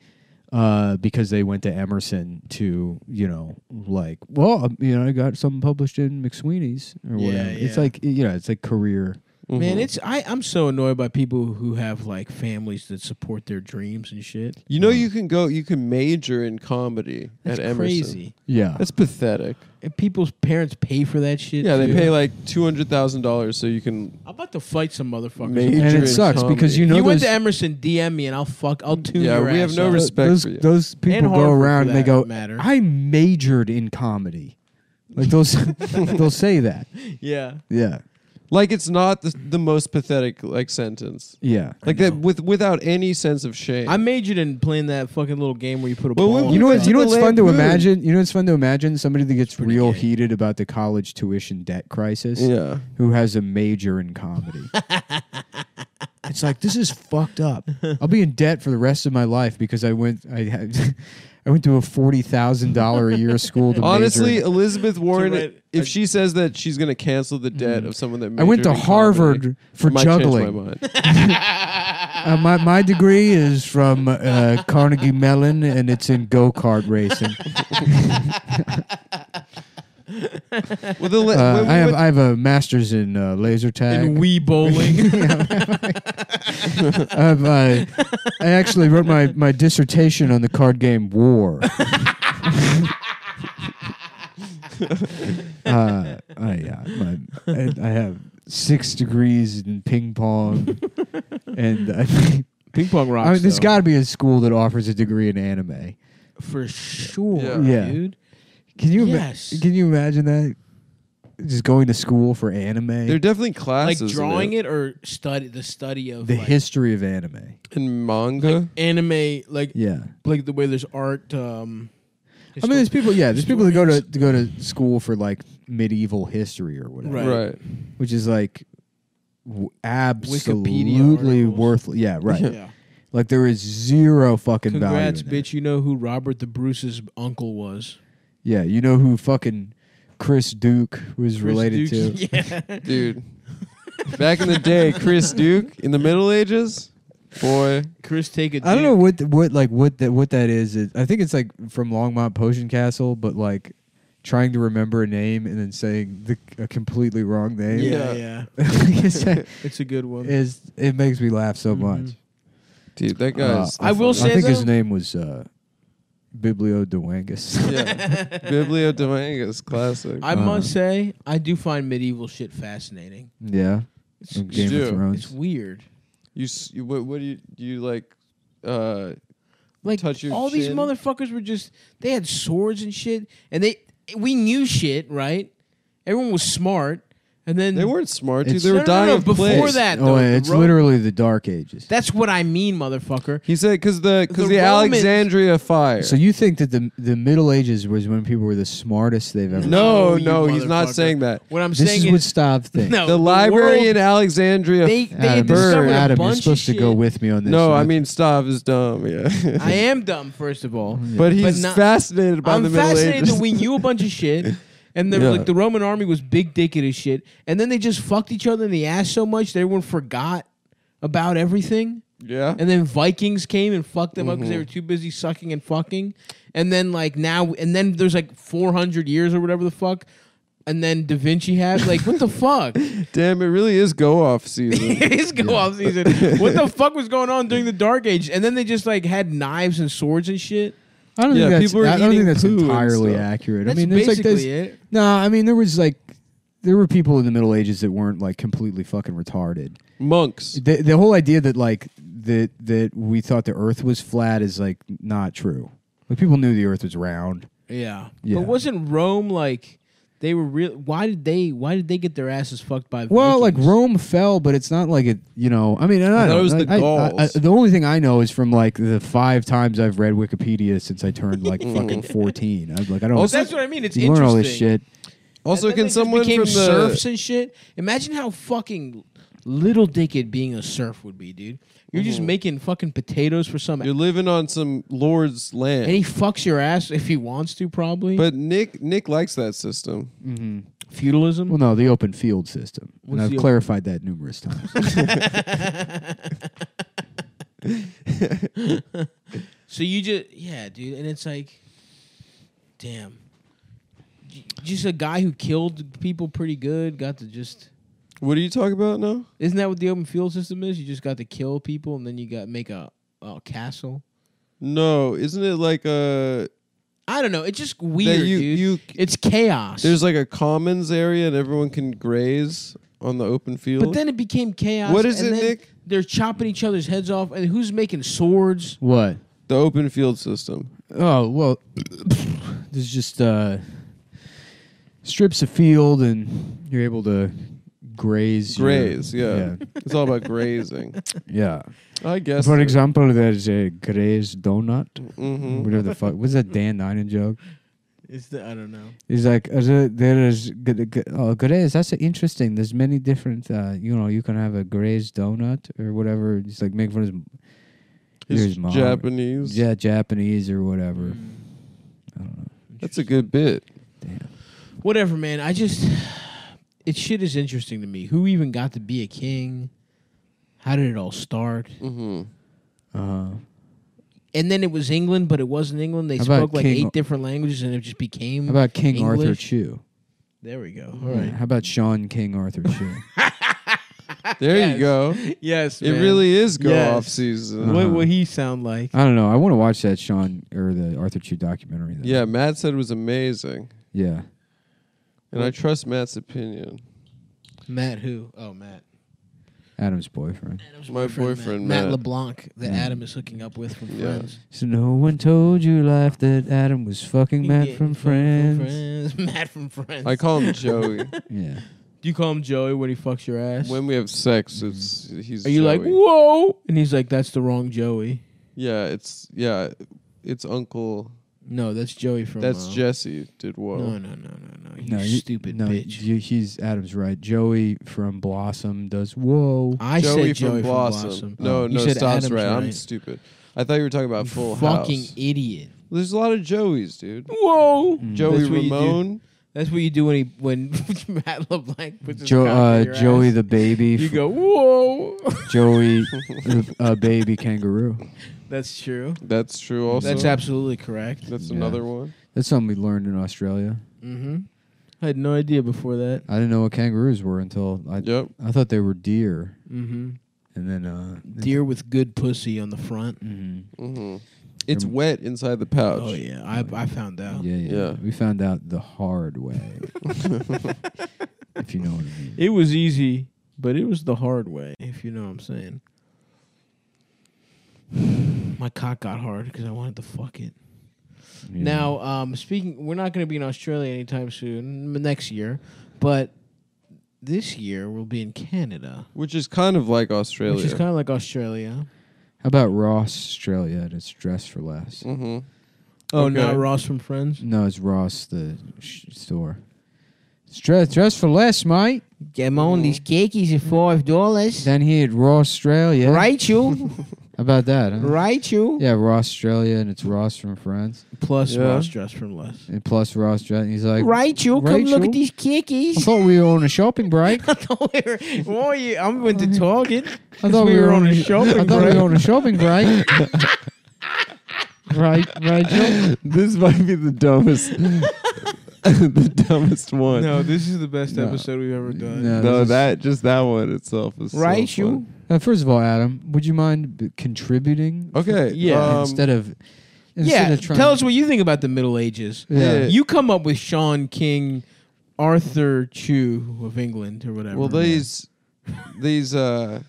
S1: uh, because they went to Emerson to, you know, like, well, um, you know, I got something published in McSweeney's or
S3: Yeah,
S1: whatever. It's
S3: yeah.
S1: like, you know, it's like career.
S3: Man,
S2: Mhm.
S3: it's I, I'm so annoyed by people who have like families that support their dreams and shit.
S2: you know you can go you can major in comedy
S3: That's
S2: at Emerson.
S3: crazy.
S1: Yeah.
S2: That's pathetic.
S3: And people's parents pay for that shit.
S2: Yeah, they
S3: too.
S2: pay like two hundred thousand dollars so you can.
S3: I'm about to fight some motherfuckers.
S2: Maybe.
S1: and
S2: Major
S1: it
S2: in
S1: sucks because
S2: comedy.
S1: you
S3: You,
S1: know
S3: went
S1: those-
S3: to Emerson, DM me, and I'll fuck. I'll tune
S2: Yeah,
S3: your
S2: we have
S3: ass
S2: no
S3: up.
S1: Th-
S2: respect
S1: those,
S2: for you.
S1: Those people go
S3: Harvard for
S1: around and they
S3: that
S1: go,
S3: matter.
S1: I majored in comedy. Like they'll s- they'll say that.
S3: Yeah,
S1: Yeah.
S2: Like it's not the, the most pathetic like sentence.
S1: Yeah.
S2: Like that with without any sense of shame.
S3: I majored in playing that fucking little game where you put a
S2: Well,
S3: ball.
S2: when-
S3: on
S1: You know
S3: the
S1: what? You know
S2: People
S1: what's fun to
S2: Lampoon.
S1: imagine. You know what's fun to imagine somebody that gets
S3: pretty
S1: real
S3: gay.
S1: heated about the college tuition debt crisis,
S2: yeah.
S1: who has a major in comedy. it's like this is fucked up. I'll be in debt for the rest of my life because I went. I had. I went to a forty thousand dollar a year school. To major
S2: Honestly,
S1: in-
S2: Elizabeth Warren,
S3: write
S2: if
S3: a-
S2: she says that she's going to cancel the debt of someone that
S1: Mm. I went
S2: majored
S1: to
S2: in comedy,
S1: Harvard
S2: I
S1: for
S2: might change
S1: juggling.
S2: my mind.
S1: Uh, my my degree is from uh, Carnegie Mellon, and it's in go kart racing.
S2: Well, the la-
S1: Uh,
S2: when we
S1: I have
S2: went-
S1: I have a master's in uh, laser tag.
S3: in Wii bowling.
S1: I, have, uh, I actually wrote my, my dissertation on the card game War. uh, I, yeah, my, I, I have six degrees in ping pong, and I, think-
S3: Ping pong rocks.
S1: I mean, there's
S3: though.
S1: got to be a school that offers a degree in anime.
S3: for sure,
S2: Yeah.
S1: Yeah.
S3: dude.
S1: Can you ima-
S3: Yes.
S1: can you imagine that? Just going to school for anime,
S2: there are definitely
S3: Like
S2: classes.
S3: drawing
S2: in
S3: it or study the study of
S1: the
S3: like,
S1: history of anime.
S2: and manga.
S3: anime, like
S1: Yeah.
S3: like the way there's art. Um,
S1: I mean, there's people. Yeah, there's people that go to, to go to school for like medieval history or whatever,
S3: Right.
S2: right.
S1: which is like w- absolutely
S3: articles.
S1: worthless. Yeah, right.
S3: Yeah.
S1: Like there is zero fucking value.
S3: Congrats,
S1: in
S3: bitch.
S1: that.
S3: You know who Robert the Bruce's uncle was.
S1: Yeah, you know who fucking Chris Duke was
S3: Chris
S1: related
S3: Dukes-
S1: to.
S3: Yeah.
S2: dude. Back in the day, Chris Duke in the Middle Ages, boy.
S3: Chris, take it.
S1: I don't know what th- what like what that what that is. It- I think it's like from Longmont Potion Castle, but like trying to remember a name and then saying the a completely wrong name.
S2: Yeah.
S3: Yeah, yeah.
S1: It's like-
S3: It's a good one.
S1: is it makes me laugh so
S3: Mhm.
S1: much.
S2: Dude, that
S1: Uh,
S2: guy's.
S3: I will
S1: I
S3: say
S1: think his
S3: though-
S1: name was uh, Biblio Duangus.
S2: yeah. Biblio Dominguez, classic.
S3: I
S1: Uh,
S3: must say, I do find medieval shit fascinating.
S1: yeah,
S3: It's,
S1: from Game
S2: do.
S1: of
S3: it's
S1: Thrones.
S3: weird.
S2: you, s- you what, what do you do? You like, uh,
S3: Like
S2: Touch your
S3: all these
S2: chin.
S3: motherfuckers were just they had swords and shit, and they we knew shit, right? Everyone was smart, and then
S2: they weren't smart, dude.
S1: Mm. It's-
S2: They
S3: No,
S2: were
S3: no, no,
S2: dying
S3: no,
S2: of
S3: before
S2: plague.
S3: that.
S1: Oh,
S3: though,
S1: yeah,
S3: the
S1: it's
S3: Ro-
S1: literally the Dark Ages.
S3: That's what I mean, motherfucker.
S2: He said because the because
S3: The
S2: the,
S3: Romans-
S2: Alexandria fire.
S1: So you think that the the Middle Ages was when people were the smartest they've ever?
S2: no,
S3: Oh, you
S2: no, he's not
S3: motherfucker.
S2: saying that.
S3: What I'm
S1: This
S3: saying
S1: is what
S3: is,
S1: Stav thinks.
S3: no,
S2: The library uh, in
S3: world-
S2: Alexandria.
S3: they they had
S1: Adam, you're-
S3: discovered a
S1: Adam, you're
S3: bunch
S1: supposed
S3: of
S1: to go
S3: shit.
S1: with me on this.
S2: no,
S1: one.
S2: I mean Stav is dumb. Yeah,
S3: I am dumb, first of all.
S2: but he's
S3: not-
S2: fascinated Mm-hmm. by
S3: I'm
S2: the Middle
S3: fascinated
S2: Ages.
S3: that we knew a bunch of shit. And the,
S2: Yeah.
S3: like the Roman army was big dicked as shit, and then they just fucked each other in the ass so much that everyone forgot about everything.
S2: yeah,
S3: And then Vikings came and fucked them up 'cause up because they
S2: Mhm.
S1: Mm-hmm.
S3: were too busy sucking and fucking. And then like now, and then there's like 400 years or whatever the fuck. And then Da Vinci had like what the fuck?
S2: damn, it really is go off season.
S3: it is go off season. What the fuck was going on during the Dark Age? And then they just like had knives and swords and shit.
S1: I don't
S2: Yeah,
S1: think that's,
S2: people were
S1: I don't
S2: eating
S1: think that's
S2: poo and
S1: entirely
S2: stuff.
S1: accurate.
S3: That's
S1: I mean, there's like
S3: basically
S1: this.
S3: it.
S1: No, I mean there was like there were people in the Middle Ages that weren't like completely fucking retarded.
S2: Monks.
S1: The the whole idea that like that that we thought the Earth was flat is like not true. Like people knew the Earth was round.
S3: Yeah.
S1: Yeah.
S3: But wasn't Rome like they were real why did they why did they get their asses fucked by
S1: Well, like
S3: Vikings?
S1: Rome fell, but it's not like it. You know, I mean, and I,
S2: thought it
S1: don't-
S2: was the
S1: I- I-
S2: Gauls.
S1: I- the only thing I know is from like the five times I've read Wikipedia since I turned like fucking fourteen. I'm like, I don't.
S2: Also,
S3: Oh, that's what I mean. It's
S1: you learn
S3: interesting.
S1: all this shit.
S3: And
S2: Also,
S3: then they
S2: can
S3: just
S2: someone
S3: became
S2: from the
S3: serfs and shit? Imagine how fucking little dicked being a serf would be, dude. You're just making fucking potatoes for some
S2: Mm-hmm. you're living on some lord's land?
S3: and he fucks your ass if he wants to, probably.
S2: but Nick Nick likes that system.
S3: feudalism.
S1: Mm-hmm. Well, no, the open field system,
S3: What's
S1: and
S3: the
S1: I've
S3: open-
S1: clarified that numerous times.
S3: So you just yeah, dude, and it's like, damn, J- just a guy who killed people pretty good got to just.
S2: What are you talking about now?
S3: Isn't that what the open field system is? You just got to kill people and then you got make a, a castle.
S2: No, isn't it like a
S3: I don't know. It's just weird,
S2: you-
S3: dude.
S2: you-
S3: it's chaos.
S2: there's like a commons area and everyone can graze on the open field?
S3: but then it became chaos.
S2: What is
S3: and
S2: it,
S3: then
S2: Nick?
S3: They're chopping each other's heads off, and who's making swords?
S1: What?
S2: the open field system.
S1: Oh well, there's just uh, strips of field, and you're able to graze. your-
S2: Graze, yeah. It's all about grazing.
S1: yeah.
S2: I guess.
S5: For example, there's a Gray's donut.
S2: hmm
S1: Whatever the fuck. What's that Dan Ninen joke?
S3: It's the I don't know.
S1: He's like, "Is it- there is g- g- oh, Graze. That's interesting. There's many different. Uh, you know, you can have a Graze donut or whatever. He's like making fun of his,
S2: It's
S1: his mom.
S2: Japanese.
S1: Yeah, Japanese or whatever.
S3: Mm.
S1: I don't know.
S2: That's a good bit.
S3: Whatever, man. I just it shit is interesting to me. Who even got to be a king? How did it all start?
S2: hmm
S1: Uh,
S3: And then it was England, but it wasn't England. They
S1: How about
S3: spoke like
S1: King-
S3: eight different languages, and it just became.
S1: how about King Arthur
S3: English?
S1: Chu?
S3: there we go. All
S1: Yeah,
S3: right.
S1: How about Sean King Arthur Chu?
S2: There
S3: Yes.
S2: you go.
S3: yes,
S2: It really is go
S3: Yes.
S2: off season.
S1: Uh-huh.
S3: What will he sound like?
S1: I don't know. I want to watch that Sean or the Arthur Chu documentary. Though.
S2: Yeah, Matt said it was amazing.
S1: Yeah.
S2: And I trust Matt's opinion.
S3: Matt who? Oh, Matt.
S1: Adam's boyfriend.
S3: Adam's
S2: My boyfriend, Matt.
S3: Matt.
S2: Mm.
S3: LeBlanc that
S1: Yeah.
S3: Adam is hooking up with from
S2: Yeah.
S3: Friends.
S1: So no one told you life that Adam was fucking Matt
S3: Yeah,
S1: from Friends.
S3: Friends. Matt from Friends.
S2: I call him Joey.
S1: Yeah.
S3: Do you call him Joey when he fucks your ass?
S2: when we have sex, it's he's.
S3: Mm-hmm. Are you like
S2: Joey.
S3: whoa? And he's like, "That's the wrong Joey."
S2: Yeah, it's yeah, it's Uncle.
S3: No, that's Joey from.
S2: That's
S3: uh,
S2: Jesse. Did whoa?
S3: No, no, no, no, no. You
S1: No, you-
S3: stupid
S1: no,
S3: bitch.
S1: you- he's Adam's right. Joey from Blossom does whoa.
S3: I
S2: Joey,
S3: said
S2: from,
S3: Joey Oh.
S2: Blossom.
S3: You
S2: No, no,
S3: said
S2: stops
S3: Adam's
S2: right. I'm
S3: right.
S2: stupid. I thought you were talking about
S3: You
S2: Full
S3: fucking
S2: House.
S3: idiot.
S2: There's a lot of Joeys, dude.
S3: Whoa.
S1: Mm.
S2: Joey
S3: That's what you do.
S2: Ramone.
S3: That's what you do when he when Matt LeBlanc puts his
S1: Jo-
S3: cock in
S1: uh,
S3: your
S1: Joey
S3: ass.
S1: the baby.
S3: You
S1: f-
S3: go whoa.
S1: Joey, a baby kangaroo.
S3: that's true.
S2: That's true. Also,
S3: That's absolutely correct.
S2: That's
S1: Yeah.
S2: another one.
S1: That's something we learned in Australia.
S3: Mm-hmm. I had no idea before that.
S1: I didn't know what kangaroos were until I.
S2: Yep.
S1: I thought they were deer,
S3: Mm-hmm.
S1: and then uh,
S3: Deer with good pussy on the front.
S1: mhm.
S3: Mm-hmm.
S2: hmm It's wet inside the pouch.
S3: Oh yeah, I I found out.
S1: Yeah, yeah,
S2: Yeah.
S1: We found out the hard way. if you know what I mean.
S3: It was easy, but it was the hard way, if you know what I'm saying. My cock got hard because I wanted to fuck it.
S1: Yeah.
S3: Now, um, speaking, we're not going to be in Australia anytime soon, m- next year, but this year we'll be in Canada,
S2: Which is kind of like Australia.
S3: which is kind of like Australia.
S1: how about Ross Australia? and It's dress for less.
S3: Mm.
S2: hmm
S3: Oh,
S2: Okay.
S3: not Ross from Friends.
S1: No, it's Ross the sh- store. It's dress, dress for less, mate.
S3: Come on, these cakes are five dollars.
S1: Then he had Raw Australia.
S3: Rachel,
S1: How about that? Huh?
S3: Rachel.
S1: Yeah, Raw Australia, and it's Ross from France,
S3: Plus
S2: Yeah.
S3: Ross dress from less.
S1: and plus Ross. Dre- And he's like,
S3: Rachel, come look
S1: Rachel?
S3: at these kickies.
S1: I thought we were on a shopping break.
S3: I thought we were. Well, yeah, I'm going to Target.
S1: I thought
S3: we were on a
S1: sh-
S3: shopping
S1: I thought we
S3: break.
S1: were on a shopping break. right, Rachel.
S2: this might be the dumbest, the dumbest one.
S3: No, this is the best
S1: No.
S3: episode we've ever done.
S1: No.
S2: No,
S1: this is-
S2: that just that one itself is so
S3: Rachel,
S2: fun.
S1: Uh, first of all, Adam, would you mind b- contributing?
S2: Okay.
S3: Yeah,
S2: um,
S1: instead of instead
S3: yeah,
S1: of trying
S3: tell us what you think about the Middle Ages.
S1: Yeah.
S3: You come up with Sean King, Arthur Chu of England or whatever.
S2: well, these, these. Uh,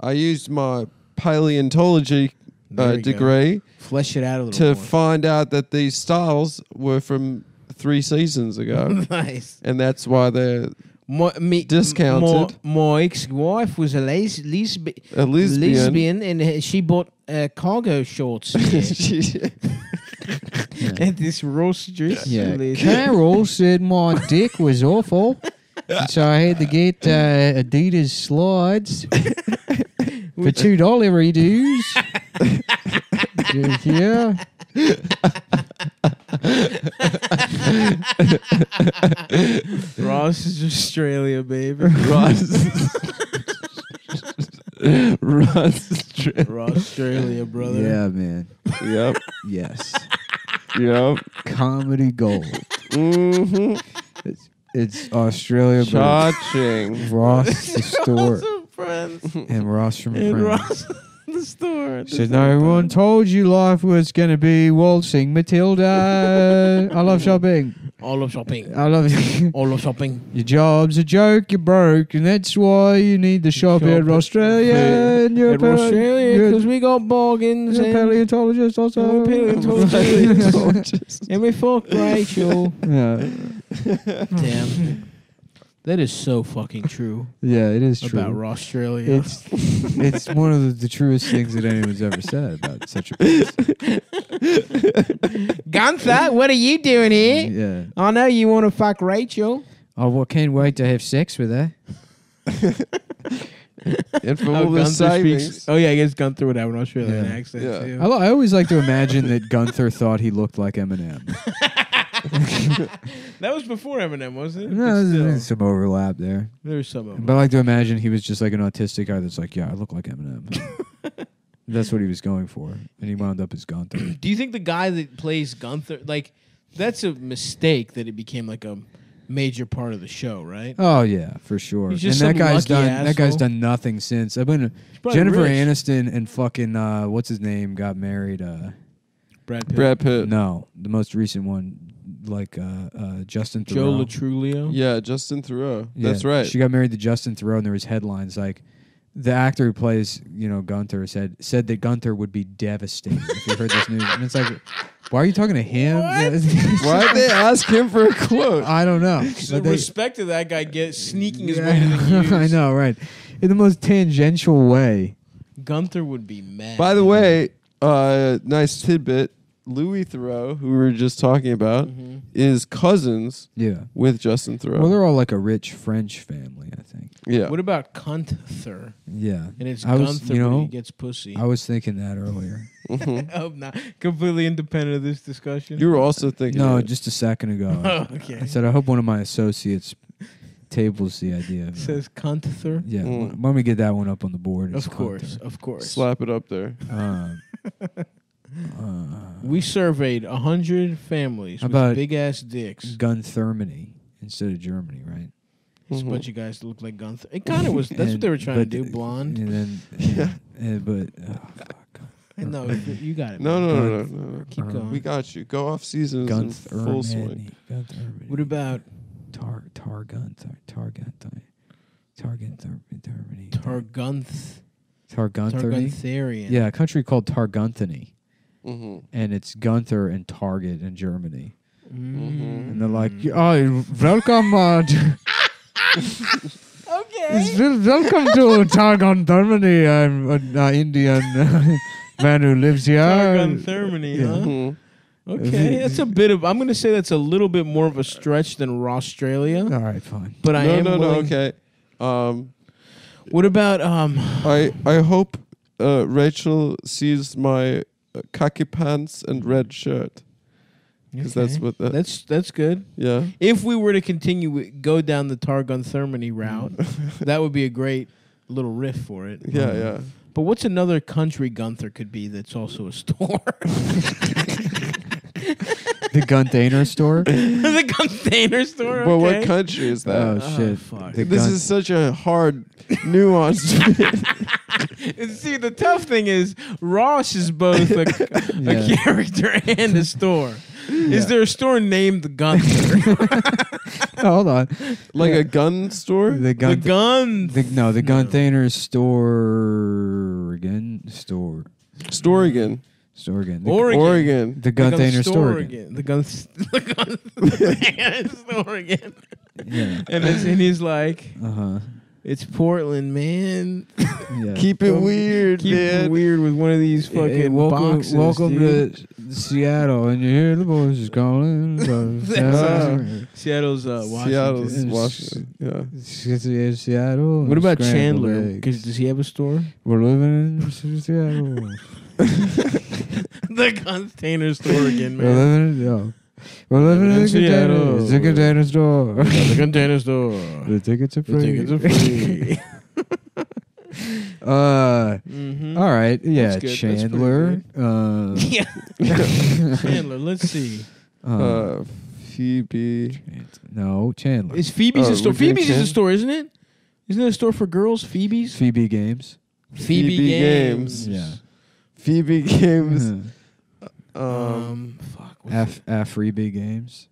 S2: I used my paleontology
S3: There
S2: uh,
S3: you go.
S2: degree
S3: flesh it out a
S2: to
S3: little more.
S2: find out that these styles were from three seasons ago,
S3: nice.
S2: and that's why they're
S3: Mo- me,
S2: Discounted.
S3: Mo- my ex-wife was a les- lesb-
S2: a lesbian.
S3: lesbian, and uh, she bought uh, cargo shorts at this roaster's.
S1: Yeah, Carol said my dick was awful, and so I had to get uh, Adidas slides for two dollar redos. yeah,
S3: Ross is Australia, baby.
S2: Ross. Ross trip.
S3: Bro, Australia, brother.
S1: Yeah, man.
S2: yep.
S1: Yes.
S2: Yep.
S1: Comedy gold.
S2: Mm-hmm.
S1: It's, it's Australia, but it's
S2: Cha-ching.
S1: Ross the store
S3: friends.
S1: and Ross from
S3: And
S1: France.
S3: Ross the store.
S1: Said no one told you life was gonna be waltzing, Matilda. I love shopping.
S3: All of shopping.
S1: I love
S3: All of shopping.
S1: your job's a joke. You're broke, and that's why you need to shop
S3: Shop
S1: at
S3: at-
S1: Australia.
S2: Yeah.
S1: And you're a
S3: At
S1: pale-
S3: Australia,
S1: you're-
S3: because we got bargains
S1: you're a
S3: and,
S1: paleontologist
S3: I'm
S1: also.
S3: a paleontologist. and we fuck Rachel.
S1: yeah,
S3: Damn. That is so fucking true
S1: yeah, it is true.
S3: about Australia.
S1: It's it's one of the, the truest things that anyone's ever said about such a place.
S3: Gunther, what are you doing here?
S1: Yeah.
S3: I know you want to fuck Rachel.
S1: Oh well, can't wait to have sex with her.
S2: And from all the savings.
S3: oh yeah, I guess Gunther would have an Australian
S1: Yeah. Oh.
S3: accent
S2: Yeah.
S1: I,
S3: too.
S1: li- I always like to imagine that Gunther thought he looked like Eminem.
S3: That was before Eminem, wasn't it?
S1: No,
S3: But
S1: there's
S3: still,
S1: some overlap there.
S3: there's some of
S1: But I like to imagine he was just like an autistic guy that's like, yeah, I look like Eminem. that's what he was going for, and he wound up as Gunther.
S3: Do you think the guy that plays Gunther, like, that's a mistake that it became like a major part of the show, right?
S1: Oh yeah, for sure.
S3: He's just
S1: and that
S3: some
S1: guy's
S3: lucky
S1: done. That guy's
S3: asshole.
S1: done nothing since. I've been
S3: probably
S1: Jennifer
S3: rich.
S1: Aniston and fucking uh, what's his name got married. Uh,
S3: Brad Pitt,
S2: Brad Pitt.
S1: no, the most recent one, like uh, uh, Justin
S3: Joe
S1: Theroux.
S3: Latrulio.
S2: Yeah, Justin Thoreau.
S1: Yeah,
S2: That's right.
S1: She got married to Justin Thoreau, and there was headlines like the actor who plays, you know, Gunther said said that Gunther would be devastated if he heard this news. And it's like, why are you talking to him? Yeah,
S2: Why'd they ask him for a quote?
S1: I don't know.
S3: So
S1: But they-
S3: respect to that guy get sneaking his way to the news.
S1: I know, right? In the most tangential way.
S3: Gunther would be mad.
S2: By the way, uh, nice tidbit. Louis Thoreau, who we were just talking about,
S3: Mm-hmm.
S2: is cousins
S1: Yeah.
S2: with Justin Thoreau.
S1: Well, they're all like a rich French family, I think.
S2: yeah.
S3: what about Gunther?
S1: Yeah.
S3: And it's
S1: I was-
S3: Gunther
S1: you know,
S3: when he gets pussy.
S1: I was thinking that earlier.
S3: I'm not completely independent of this discussion.
S2: you were also thinking.
S1: No,
S2: that.
S1: just a second ago.
S3: oh, okay.
S1: I said, I hope one of my associates tables the idea. Of it.
S3: says Gunther.
S1: Yeah,
S2: Mm.
S1: let me get that one up on the board. It's
S3: Of course,
S1: Gunther.
S3: of course.
S2: slap it up there.
S1: Um, uh,
S3: We surveyed a hundred families
S1: About-
S3: with big ass dicks.
S1: Gunthermany instead of Germany, right?
S3: It's a
S2: Mhm.
S3: bunch of guys that look like Gunther. It kind of was. That's what
S1: And-
S3: they were trying to
S1: Mm-hmm. but-
S3: do. Blonde.
S1: And then,
S2: Yeah.
S1: and- but uh, fuck.
S3: No, you got it.
S2: No,
S3: man.
S2: no, no, no, no.
S3: Keep
S1: Uh,
S3: going.
S2: We got you. Go off seasons in full swing.
S1: Gunthermany. Gunthermany.
S3: what about
S1: Tar Tar Gunther Tar Gunther Tar Gunther Germany Tar
S3: Targunth?
S1: Tar Gunthermany?
S3: Targuntherian.
S1: Yeah, a country called Targunthany,
S2: Mm-hmm.
S1: and it's Gunther and Target in Germany.
S3: Mm.
S1: And they're like, oh, welcome, uh, to-
S3: Okay.
S1: Wel- Welcome to Targon Germany. I'm an uh, Indian uh, man who lives here.
S3: Targuntherian, huh?
S2: Mm-hmm.
S3: Okay, that's a bit of. I'm gonna say that's a little bit more of a stretch than Australia,
S1: All right, fine.
S3: but I
S2: No,
S3: am
S2: no, no.
S3: willing-
S2: Okay. Um,
S3: What about um?
S2: I I hope uh, Rachel sees my uh, khaki pants and red shirt because that's
S3: Okay.
S2: what that.
S3: that's that's good.
S2: yeah.
S3: If we were to continue wi- go down the Targon Thermony route, that would be a great little riff for it.
S2: Yeah, yeah.
S3: But what's another country Gunther could be that's also a store?
S1: The Gunthaner store.
S3: the container store.
S2: But what
S3: okay.
S2: country is that?
S1: Oh shit!
S3: fuck.
S1: The
S2: this
S1: Gun-
S2: is such a hard, nuanced.
S3: And See, the tough thing is Ross is both a, a
S1: Yeah.
S3: character and a store. Is there a store named Gunther?
S1: Oh, hold on.
S2: like a gun store.
S1: The
S3: the
S1: Gun.
S3: gun.
S1: The, no, the Gunthaner store again. Store.
S2: store again.
S1: Store again. The,
S3: Oregon.
S2: Oregon.
S1: the Gunthaner store again.
S3: again. The gun. The gun. The gun store again.
S1: Yeah.
S3: And, it's, and he's like,
S1: Uh huh.
S3: "It's Portland, man.
S1: Yeah.
S2: Keep it
S3: Don't-
S2: weird,
S3: Keep it
S2: man.
S3: weird with one of these
S1: Hey,
S3: fucking
S1: welcome,
S3: boxes."
S1: welcome
S3: dude.
S1: to Seattle, and you hear the voices calling.
S3: That's- Seattle's uh, Washington.
S2: Seattle's
S1: Washington.
S2: Washington. Yeah.
S1: Seattle.
S3: What about
S1: Scrambled
S3: Chandler?
S1: eggs.
S3: 'Cause does he have a store?
S1: We're living in Seattle.
S3: the container store again,
S1: We're living in, yo. We're living in
S3: In
S1: the container.
S3: Seattle.
S1: It's a container store.
S3: the container store.
S1: the tickets are free.
S3: free.
S1: Uh,
S3: Mm-hmm.
S1: all right, yeah,
S2: good. That's pretty
S1: Chandler. Uh,
S3: Yeah. Chandler, let's see.
S1: uh,
S2: Uh, Phoebe.
S1: no, Chandler.
S3: Is Phoebe's
S2: Oh,
S3: a store?
S2: we're doing
S3: Phoebe's is a
S2: Chan-
S3: store, isn't it? Isn't it a store for girls? Phoebe's?
S1: Phoebe Games.
S2: Phoebe Games.
S1: Yeah.
S2: Phoebe Games.
S1: Mhm.
S2: um,
S3: Um, fuck. what's
S1: Af Afreebie Games.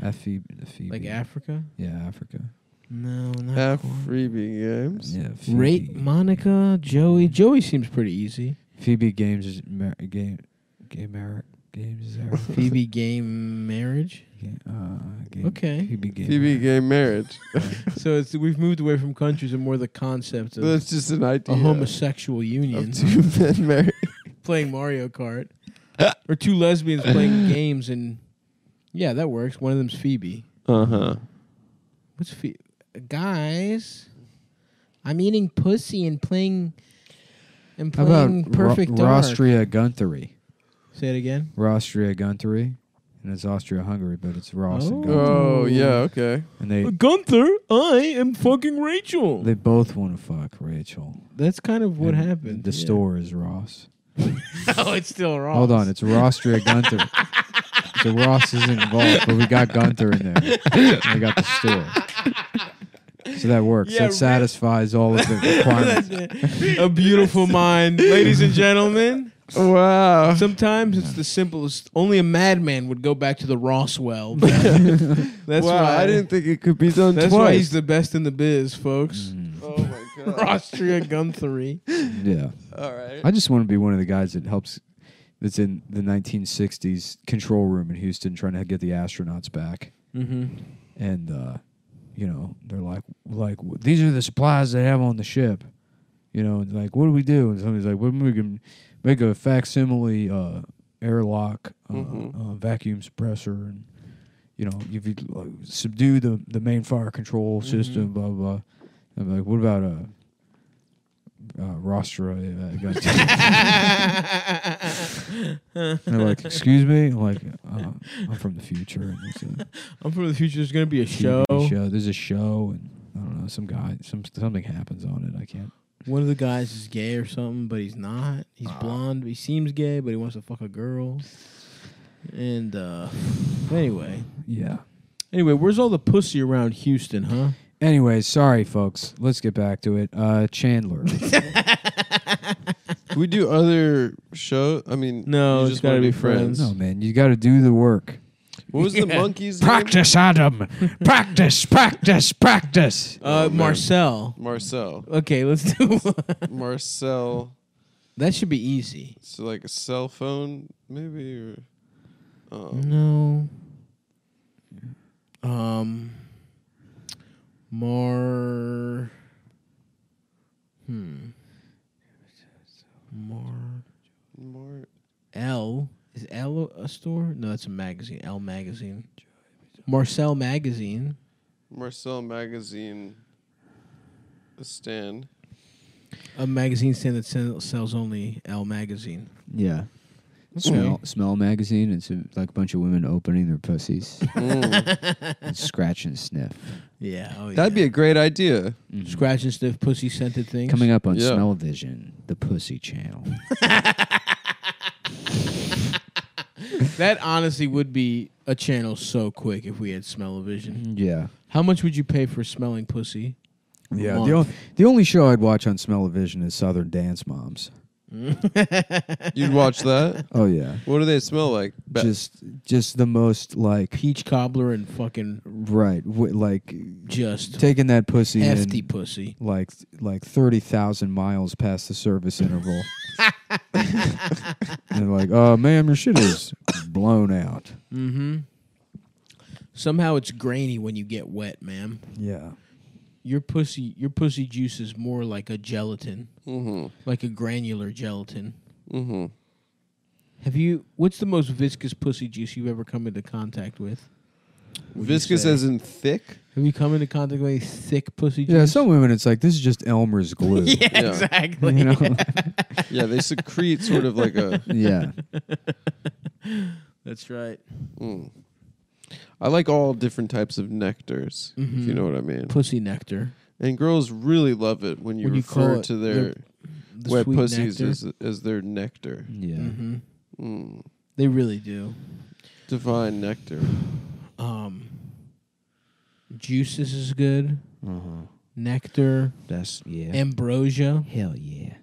S1: Af Phoebe.
S3: it? Like Africa?
S1: Yeah, Africa.
S3: No, not
S2: F
S3: quite.
S2: Phoebe Games.
S1: Yeah. Phoebe,
S3: Rate Monica, Joey. Joey seems pretty easy.
S1: Phoebe Games is Mar- game. Game Mar- Games is Africa.
S3: Phoebe game marriage.
S1: Game- uh, game,
S3: Okay.
S1: Phoebe Games.
S2: Phoebe Gay Marriage.
S3: So it's we've moved away from countries and more the concept of
S2: That's just an idea.
S3: a homosexual union
S2: of two men married.
S3: playing Mario Kart, or two lesbians playing games, and yeah, that works. One of them's Phoebe.
S2: Uh huh.
S3: What's Phoebe? Guys, I'm eating pussy and playing and
S1: How about
S3: playing Perfect
S1: Ro-
S3: Dark.
S1: Rostria Gunthery?
S3: Say it again.
S1: Rostria Gunthery. And it's Austria Hungary, but it's Ross and
S3: Oh.
S1: Gunther.
S2: Oh yeah. Okay.
S1: And they
S3: Gunther, I am fucking Rachel.
S1: they both want to fuck Rachel.
S3: That's kind of what
S1: And
S3: happened.
S1: The store is Ross.
S3: oh, it's still wrong.
S1: Hold on, it's Rostria Gunther. so Ross isn't involved, but we got Gunther in there. And we got the store. So that works.
S3: Yeah,
S1: that
S3: Ra-
S1: satisfies all of the requirements.
S3: a beautiful mind, ladies and gentlemen.
S2: Wow.
S3: Sometimes it's the simplest. Only a madman would go back to the Roswell. that's
S2: wow.
S3: why
S2: I didn't think it could be done
S3: That's why he's
S2: twice.
S3: the best in the biz, folks.
S1: Mm,
S2: oh my
S3: Rostria Gunther.
S1: yeah.
S2: All right.
S1: I just want to be one of the guys that helps that's in the 1960s control room in Houston trying to get the astronauts back.
S3: Mm-hmm.
S1: And uh, you know, they're like like these are the supplies they have on the ship. You know, and like what do we do? And somebody's like, well, we can make a facsimile uh, airlock, uh,
S2: Mhm.
S1: uh, vacuum suppressor, and you know, if you uh, subdue the the main fire control system, blah blah. blah. I'm like, what about a uh, Rostra? Uh, gun?" And they're like, excuse me? I'm like, uh, I'm from the future. And it's a
S3: I'm from the future. There's gonna be a show.
S1: TV show. There's a show, and I don't know, some guy, some something happens on it. I can't.
S3: One of the guys is gay or something, but he's not. He's blonde. He seems gay, but he wants to fuck a girl. And uh anyway,
S1: Yeah.
S3: anyway, where's all the pussy around Houston, huh?
S1: Anyway, sorry, folks. Let's get back to it. Uh, Chandler.
S2: We do other show. I mean,
S3: No,
S2: you
S3: it's gotta
S2: wanna
S3: be friends.
S1: no, man, you got to do the work.
S2: What was the monkey's name?
S5: Practice, Adam. practice, practice, practice.
S3: Uh Marcel.
S2: Marcel.
S3: Okay, let's do
S2: Marcel.
S3: That should be easy.
S2: It's like a cell phone, maybe. Or, um,
S3: No. Um Mar Hmm. Mar
S2: Mar-
S3: L is L a store? No, that's a magazine. L magazine. Marcel magazine.
S2: Marcel magazine. Stan.
S3: A magazine stand that sell- sells only L magazine.
S1: Yeah. Smell, smell magazine. It's a, like a bunch of women opening their pussies,
S5: Mm.
S1: and scratch and sniff.
S3: Yeah. Oh,
S2: That'd be a great idea.
S3: scratch and sniff pussy scented things.
S1: Coming up on
S2: Yeah.
S1: Smell Vision, the Pussy Channel.
S3: That honestly would be a channel so quick if we had smell-o-vision.
S1: yeah.
S3: How much would you pay for smelling pussy?
S1: Yeah,
S3: month.
S1: the, on- the only show I'd watch on Smell-O-Vision is Southern Dance Moms.
S2: You'd watch that.
S1: Oh yeah,
S2: What do they smell like? Ba-
S1: just just the most like
S3: Peach cobbler and fucking
S1: right, w- like
S3: just
S1: taking that pussy
S3: hefty
S1: in
S3: pussy.
S1: like like thirty thousand miles past the service interval, and like, oh ma'am, your shit is blown out.
S3: Mm-hmm. Somehow it's grainy when you get wet, ma'am.
S1: Yeah,
S3: Your pussy, your pussy juice is more like a gelatin,
S2: mm-hmm.
S3: like a granular gelatin.
S2: Mm-hmm.
S3: Have you? What's the most viscous pussy juice you've ever come into contact with? What'd you
S2: Viscous
S3: say?
S2: as in thick.
S3: Have you come into contact with any thick pussy juice?
S1: yeah. Some women, it's like this is just Elmer's glue.
S3: yeah,
S2: Yeah.
S3: exactly.
S1: You know?
S2: Yeah, they secrete sort of like a.
S1: yeah.
S3: That's right.
S2: Mm. I like all different types of nectars. If you
S3: Mhm.
S2: know what I mean.
S3: Pussy nectar.
S2: and girls really love it when you
S3: When you call
S2: refer
S3: it
S2: to
S3: their
S2: their
S3: The
S2: wet
S3: sweet
S2: pussies
S3: nectar.
S2: as, as their nectar.
S1: Yeah.
S3: Mhm.
S2: Mm.
S3: They really do.
S2: Divine nectar.
S3: Um, juices is good.
S2: Mm-hmm.
S3: Nectar,
S1: That's yeah.
S3: ambrosia.
S1: Hell yeah.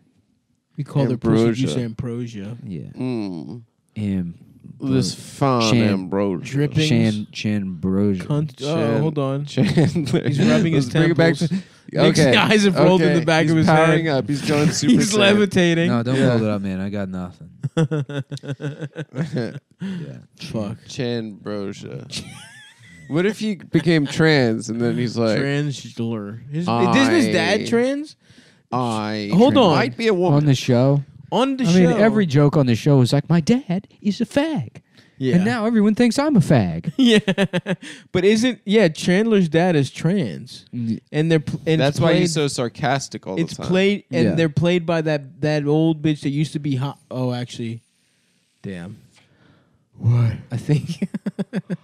S3: We call their pussy juice
S2: Ambrosia.
S3: ambrosia.
S1: Yeah.
S2: Mm.
S1: Am
S2: This fine
S1: Shan-
S2: ambrosia.
S3: Dripping.
S1: Chan Chambrosia.
S3: Cunt. Oh,
S2: Shan-
S3: hold on.
S2: Chandler.
S3: He's rubbing his
S2: Let's bring it back
S3: temples. Nick's eyes have rolled in the back
S2: He's
S3: of his
S2: powering
S3: head.
S2: up. He's going super.
S3: He's
S2: Saiyan.
S3: levitating.
S1: No, don't
S2: Yeah.
S1: hold it up, man. I got nothing. yeah.
S3: Fuck.
S2: Chanbrosia. what if he became trans and then he's like,
S3: Transler. His, isn't his
S2: I-
S3: dad trans?
S2: I
S3: Hold on.
S2: might be a woman.
S5: on the show.
S3: On the
S5: I
S3: show.
S5: mean, every joke on the show is like, my dad is a fag.
S3: yeah.
S5: And now everyone thinks I'm a fag.
S3: yeah. But isn't yeah, Chandler's dad is trans.
S1: N-
S3: And they're pl- and
S2: That's
S3: it's
S2: why
S3: played,
S2: he's so sarcastic all
S3: it's
S2: the time.
S3: played and
S1: Yeah.
S3: they're played by that that old bitch that used to be hot. Oh, actually. Damn. What? I think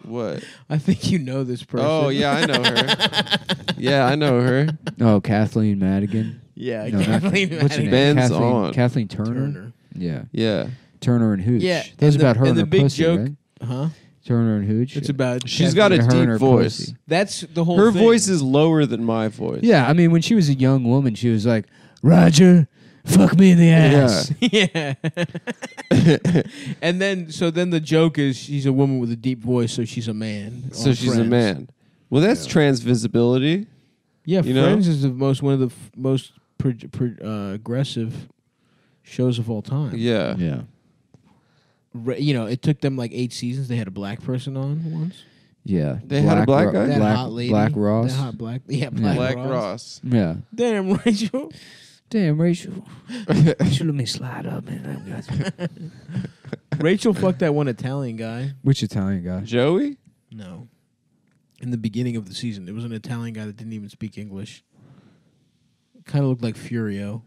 S2: What?
S3: I think you know this person.
S2: Oh yeah, I know her. yeah, I know her.
S1: Oh, Kathleen Madigan.
S3: Yeah,
S1: No, not-
S3: Kathleen
S1: what's her
S3: Madigan.
S2: Ben's
S1: Kathleen,
S2: on.
S1: Kathleen Turner?
S3: Turner.
S1: Yeah.
S2: Yeah,
S1: Turner and Hooch.
S3: Yeah,
S1: That's
S3: and the-
S1: about her
S3: and
S1: and,
S3: the
S1: her
S3: big
S1: pussy,
S3: joke-
S1: right?
S3: Huh?
S1: Turner and Hooch.
S3: It's about
S2: she's
S3: Kathleen-
S2: got a
S1: Her and
S2: deep
S1: her
S2: voice.
S1: pussy.
S3: That's the whole
S2: Her
S3: thing.
S2: voice is lower than my voice.
S1: Yeah, I mean, when she was a young woman, she was like, Roger, fuck me in the ass.
S3: yeah. and then so then the joke is she's a woman with a deep voice, so she's a man.
S2: So
S3: on
S2: she's a
S3: Friends.
S2: man. Well, that's trans visibility.
S3: Yeah,
S2: You know?
S3: Friends is the most one of the f- most pro- pro- uh, aggressive shows of all time.
S2: Yeah.
S1: Yeah.
S3: Re- you know, it took them like eight seasons. They had a black person on once.
S1: Yeah.
S2: They had a black guy?
S1: Ro-
S3: That
S1: Black,
S3: hot lady,
S1: Black Ross.
S3: that hot black, yeah, black,
S2: Black
S3: Ross.
S2: Ross.
S1: Yeah.
S3: Damn, Rachel.
S1: Damn, Rachel. Rachel, let me slide up, man.
S3: Rachel fucked that one Italian guy.
S1: Which Italian guy?
S2: Joey.
S3: No. In the beginning of the season, there was an Italian guy that didn't even speak English. Kind of looked like Furio.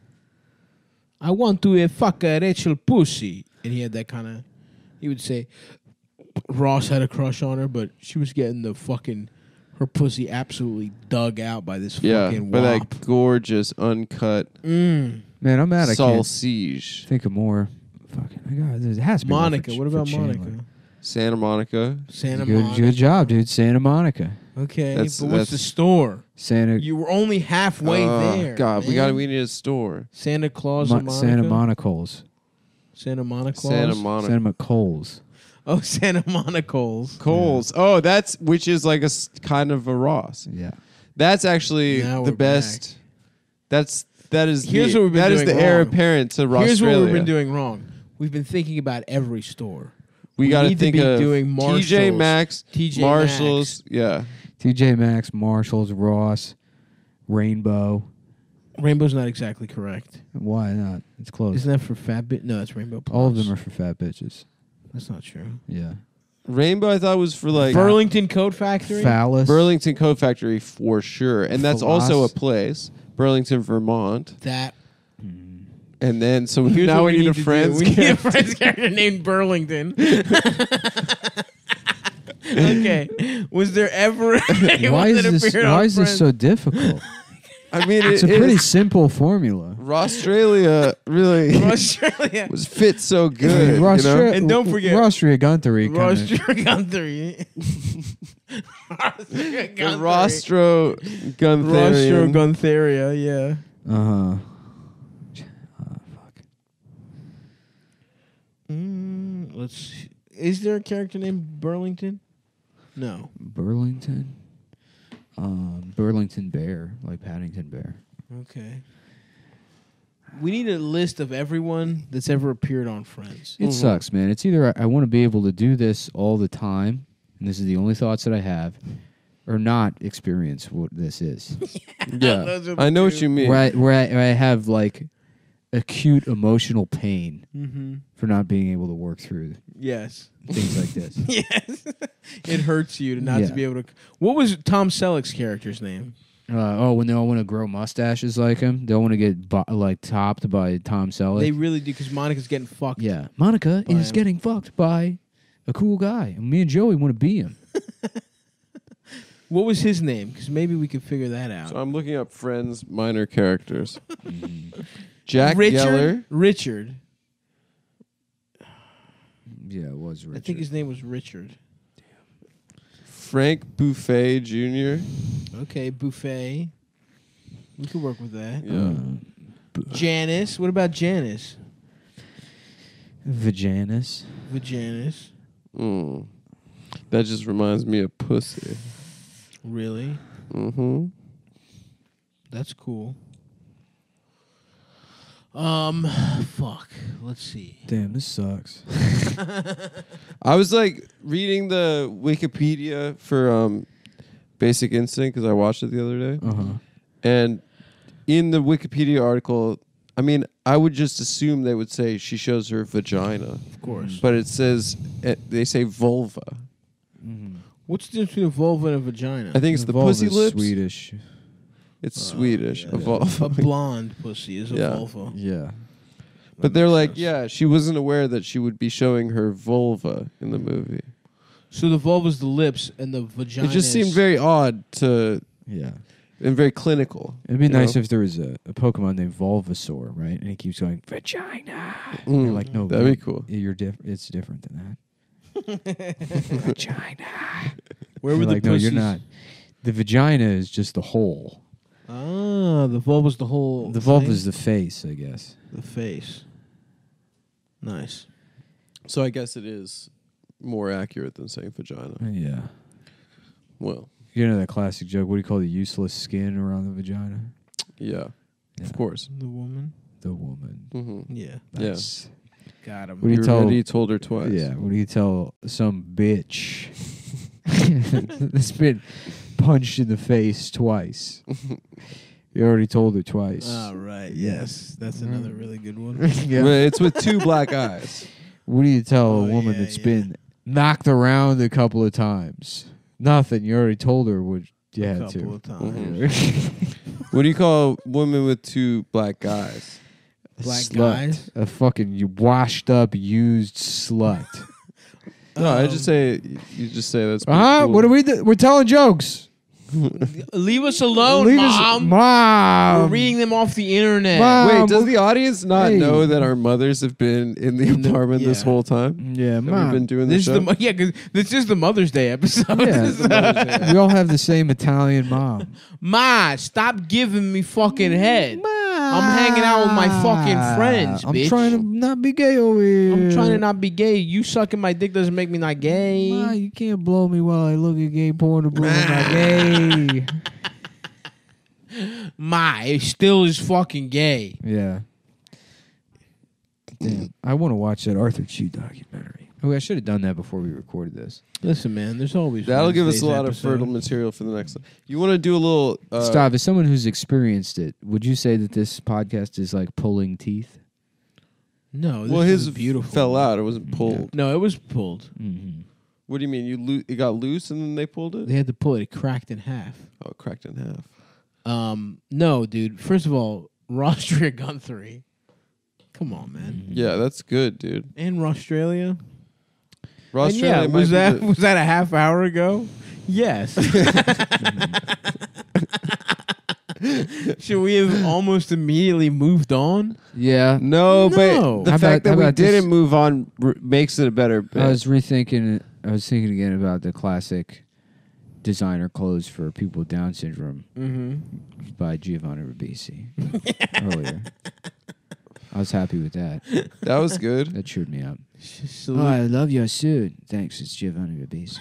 S3: I want to uh, fuck a Rachel Pussy. And he had that kind of. He would say Ross had a crush on her, but she was getting the fucking. Her pussy absolutely dug out by this
S2: Yeah,
S3: fucking
S2: by
S3: wop.
S2: that gorgeous uncut
S3: Mm.
S1: Man, I'm out of can't
S2: sausage.
S1: think of more. Fucking, I got, there has to be one for
S3: Monica.
S1: Ch-
S3: What
S1: for
S3: about
S1: Chandler.
S3: Monica?
S2: Santa Monica.
S3: Santa
S1: Good,
S3: Monica.
S1: good job, dude. Santa Monica.
S3: Okay,
S2: That's-
S3: but what's
S2: that's-
S3: the store?
S1: Santa,
S3: You were only halfway
S2: Oh,
S3: there.
S2: God, we got
S3: man.
S2: we need a store.
S3: Santa Claus
S1: Mo-
S3: and Monica.
S1: Santa Monocles.
S3: Santa Monica.
S2: Santa Monica.
S1: Santa McColes.
S3: oh, Santa Monocles.
S2: Coles. Oh, that's which is like a s- kind of a Ross.
S1: Yeah.
S2: That's actually
S3: Now
S2: the
S3: we're
S2: best. That's that is
S3: Here's
S2: the,
S3: what we've been
S2: that is
S3: doing
S2: the heir
S3: wrong.
S2: apparent to Ross.
S3: Here's what we've been doing wrong. We've been thinking about every store.
S2: We,
S3: We
S2: got
S3: need to
S2: think
S3: be
S2: of
S3: doing
S2: TJ
S3: Marshalls,
S2: Maxx,
S3: TJ
S2: Marshalls. Yeah,
S1: TJ Maxx, Marshalls, Ross, Rainbow.
S3: Rainbow's not exactly correct.
S1: Why not? It's close.
S3: Isn't that for fat bit? No, that's Rainbow. Plus.
S1: All of them are for fat bitches.
S3: That's not true.
S1: Yeah.
S2: Rainbow. I thought was for like
S3: Burlington Coat Factory.
S1: Phallus.
S2: Burlington Coat Factory for sure, and that's also a
S1: Floss.
S2: place, Burlington, Vermont.
S3: That.
S2: And then so
S3: Here's
S2: now
S3: what
S2: we need,
S3: to
S2: a
S3: do.
S2: friends.
S3: We need a
S2: character.
S3: friends character named Burlington. okay. Was there ever?
S1: Why is this? Why is this so difficult?
S2: I mean,
S1: It's
S2: it's
S1: a pretty simple formula.
S2: Australia really
S3: Australia?
S2: was fit so
S1: I
S2: good.
S1: mean,
S2: you know?
S3: And don't forget-
S1: Rostria Gunthery. kinda-
S3: Rostro Gunther. Rostro
S2: The Rostro
S3: Rostro
S2: Gun
S3: Gunther. Yeah.
S1: Uh-huh. Uh, fuck.
S3: Mm, let's. see. Is there a character named Burlington? No.
S1: Burlington. Um, Burlington Bear, like Paddington Bear.
S3: Okay. We need a list of everyone that's ever appeared on Friends.
S1: It sucks, man. It's either I, I want to be able to do this all the time, and this is the only thoughts that I have, or not experience what this is.
S2: Yeah,
S3: Those are the
S2: I know what
S3: two.
S2: you mean.
S1: where, I, where, I, where I have like acute emotional pain
S3: Mm-hmm.
S1: for not being able to work through
S3: Yes.
S1: things like this.
S3: Yes. it hurts you to not
S1: Yeah.
S3: to be able to. What was Tom Selleck's character's name?
S1: Uh, oh, when they all want to grow mustaches like him, they all want to get bo- like topped by Tom Selleck.
S3: they really do because Monica's getting fucked.
S1: yeah, Monica
S3: By
S1: is
S3: him.
S1: getting fucked by a cool guy, and me and Joey want to be him.
S3: What was his name? Because maybe we could figure that out.
S2: So I'm looking up Friends minor characters. Jack
S3: Richard.
S2: Geller.
S3: Richard.
S1: Yeah, it was
S3: I think his name was Richard.
S2: Frank Buffet Jr.
S3: Okay, Buffet. We could work with that.
S2: Yeah.
S3: Janice. What about Janice?
S1: Vaginas.
S3: Vaginis.
S2: Mm. That just reminds me of pussy.
S3: Really?
S2: Mm-hmm.
S3: That's cool. Um, fuck. Let's see.
S1: Damn, this sucks.
S2: I was like reading the Wikipedia for um, Basic Instinct because I watched it the other day.
S1: Uh huh.
S2: And in the Wikipedia article, I mean, I would just assume they would say she shows her vagina,
S3: Of course.
S2: but it says eh, they say vulva.
S3: What's the difference between a vulva and a vagina?
S2: Hmm. I think it's the pussy lips.
S1: Swedish.
S2: It's Swedish, a vulva.
S3: A blonde pussy is a
S2: Yeah.
S3: vulva.
S1: Yeah.
S2: But they're like, yeah, she wasn't aware that she would be showing her vulva in the movie.
S3: So the vulva's the lips and the vagina.
S2: It just seemed
S3: is-
S2: very odd to
S1: Yeah.
S2: and very clinical.
S1: It'd be
S2: You
S1: nice
S2: know?
S1: if there was a, a Pokemon named Volvasaur, right? And he keeps going vagina. And you're
S2: Mm,
S1: like, no,
S2: that'd be
S1: no,
S2: cool.
S1: You're diff- It's different than that. vagina.
S3: Where were
S1: You're
S3: the
S1: like, no, you're
S3: pussies-
S1: not. The vagina is just the hole.
S3: Ah, the vulva's the whole.
S1: The
S3: thing?
S1: vulva is the face, I guess.
S3: the face. Nice.
S2: So I guess it is more accurate than saying vagina.
S1: Yeah.
S2: Well,
S1: You know that classic joke. What do you call the useless skin around the vagina?
S2: yeah,
S1: Yeah.
S2: of course.
S3: The woman.
S1: The woman.
S2: hmm
S3: Yeah.
S2: Yeah.
S1: That's,
S3: Got him.
S1: What do you
S2: You
S1: tell-
S2: already told her twice.
S1: Yeah, what do you tell some bitch that's been punched in the face twice? you already told her twice.
S3: All right.
S1: Yes.
S3: Yes, that's
S2: Mm-hmm.
S3: another really good one.
S1: yeah.
S2: But it's with two black eyes.
S1: What do you tell a
S3: Oh,
S1: woman
S3: yeah,
S1: that's
S3: yeah.
S1: been knocked around a couple of times? Nothing. You already told her what you
S3: a
S1: had
S3: couple
S1: to.
S3: of times.
S2: What do you call a woman with two black eyes?
S1: A
S3: Black
S1: slut.
S3: guys?
S1: A fucking you washed up, used slut.
S2: No, I
S3: Um,
S2: just say you just say that's. pretty
S1: huh?
S2: cool.
S1: Uh-huh, What are we? Do? We're telling jokes.
S3: Leave us alone,
S1: Leave us-
S3: Oh, mom. We're
S1: mom.
S3: reading them off the internet.
S1: Mom.
S2: Wait,
S1: Um,
S2: does
S1: we-
S2: the audience not
S1: Hey.
S2: know that our mothers have been in the
S3: In the-
S2: apartment this
S3: yeah.
S2: whole time?
S1: Yeah,
S2: That we've been
S1: mom.
S2: doing
S3: This
S2: the
S3: is the
S2: show.
S3: mo- yeah, 'cause this is the Mother's Day episode.
S1: Yeah, we all have the same Italian mom.
S3: Ma, stop giving me fucking head. I'm hanging out with my fucking friends,
S1: I'm
S3: bitch.
S1: trying to not be gay over here.
S3: I'm trying to not be gay. You sucking my dick doesn't make me not gay.
S1: Ma, you can't blow me while I look at gay porn to blow my gay.
S3: Ma, it still is fucking gay.
S1: Yeah. Damn. I want to watch that Arthur Chu documentary. Oh, I should have done that before we recorded this.
S3: Listen, man, there's always
S2: That'll give us
S3: Wednesday's
S2: a lot
S3: episode.
S2: of fertile material for the next one. You want to do a little uh,
S1: Stop. As someone who's experienced it, would you say that this podcast is like pulling teeth?
S3: No, this
S2: Well,
S3: is
S2: his
S3: beautiful.
S2: fell out. It wasn't pulled.
S3: No, it was pulled.
S1: Mm-hmm.
S2: What do you mean? You lo- it got loose and then they pulled
S3: They
S2: it?
S3: had to pull it. It cracked in half.
S2: Oh, it cracked in half.
S3: Um, no, dude. First of all, Rostria Guthrie. Come on, man.
S2: Yeah, that's good, dude.
S3: And Australia.
S2: Ross
S3: And yeah,
S2: Trelli might
S3: was
S2: be
S3: that
S2: the-
S3: was that a half hour ago? Yes. Should we have almost immediately moved on?
S1: Yeah.
S2: no,
S3: No.
S2: but the
S1: How about-
S2: fact
S1: how
S2: that we
S1: about this?
S2: didn't move on r- makes it a better. Bit.
S1: I was rethinking. I was thinking again about the classic designer clothes for people with Down syndrome
S3: Mm-hmm.
S1: by Giovanni Ribisi earlier. I was happy with that.
S2: that was good.
S1: That cheered me up. Oh,
S3: Salute.
S1: I love your suit. Thanks. It's Giovanni Ribisi.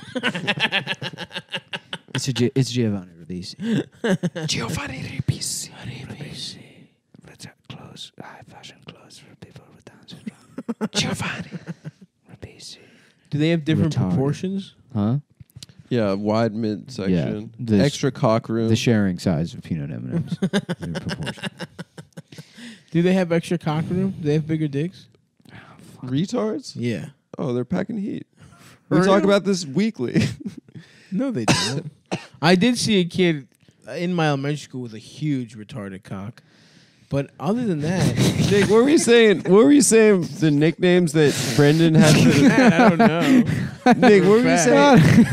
S1: it's, a, Gi- it's Giovanni Ribisi. Giovanni Ribisi. Ribisi. That's clothes, high fashion clothes for people with Down syndrome. Giovanni Ribisi.
S3: Do they have different
S1: Retarded.
S3: proportions?
S1: Huh?
S2: Yeah, wide mid section,
S1: the s-
S2: extra cock room.
S1: The sharing size of peanut M&Ms. Their proportion.
S3: Do they have extra cock room? Do they have bigger dicks?
S2: Retards?
S3: Yeah.
S2: Oh, they're packing heat. We
S3: For
S2: talk
S3: real?
S2: about this weekly.
S3: No, they don't. I did see a kid in my elementary school with a huge retarded cock. But other than that,
S2: Jake, what were you saying? What were you saying? The nicknames that Brendan had. For the,
S3: I don't know.
S2: Nick, what were you
S3: Fact.
S2: saying?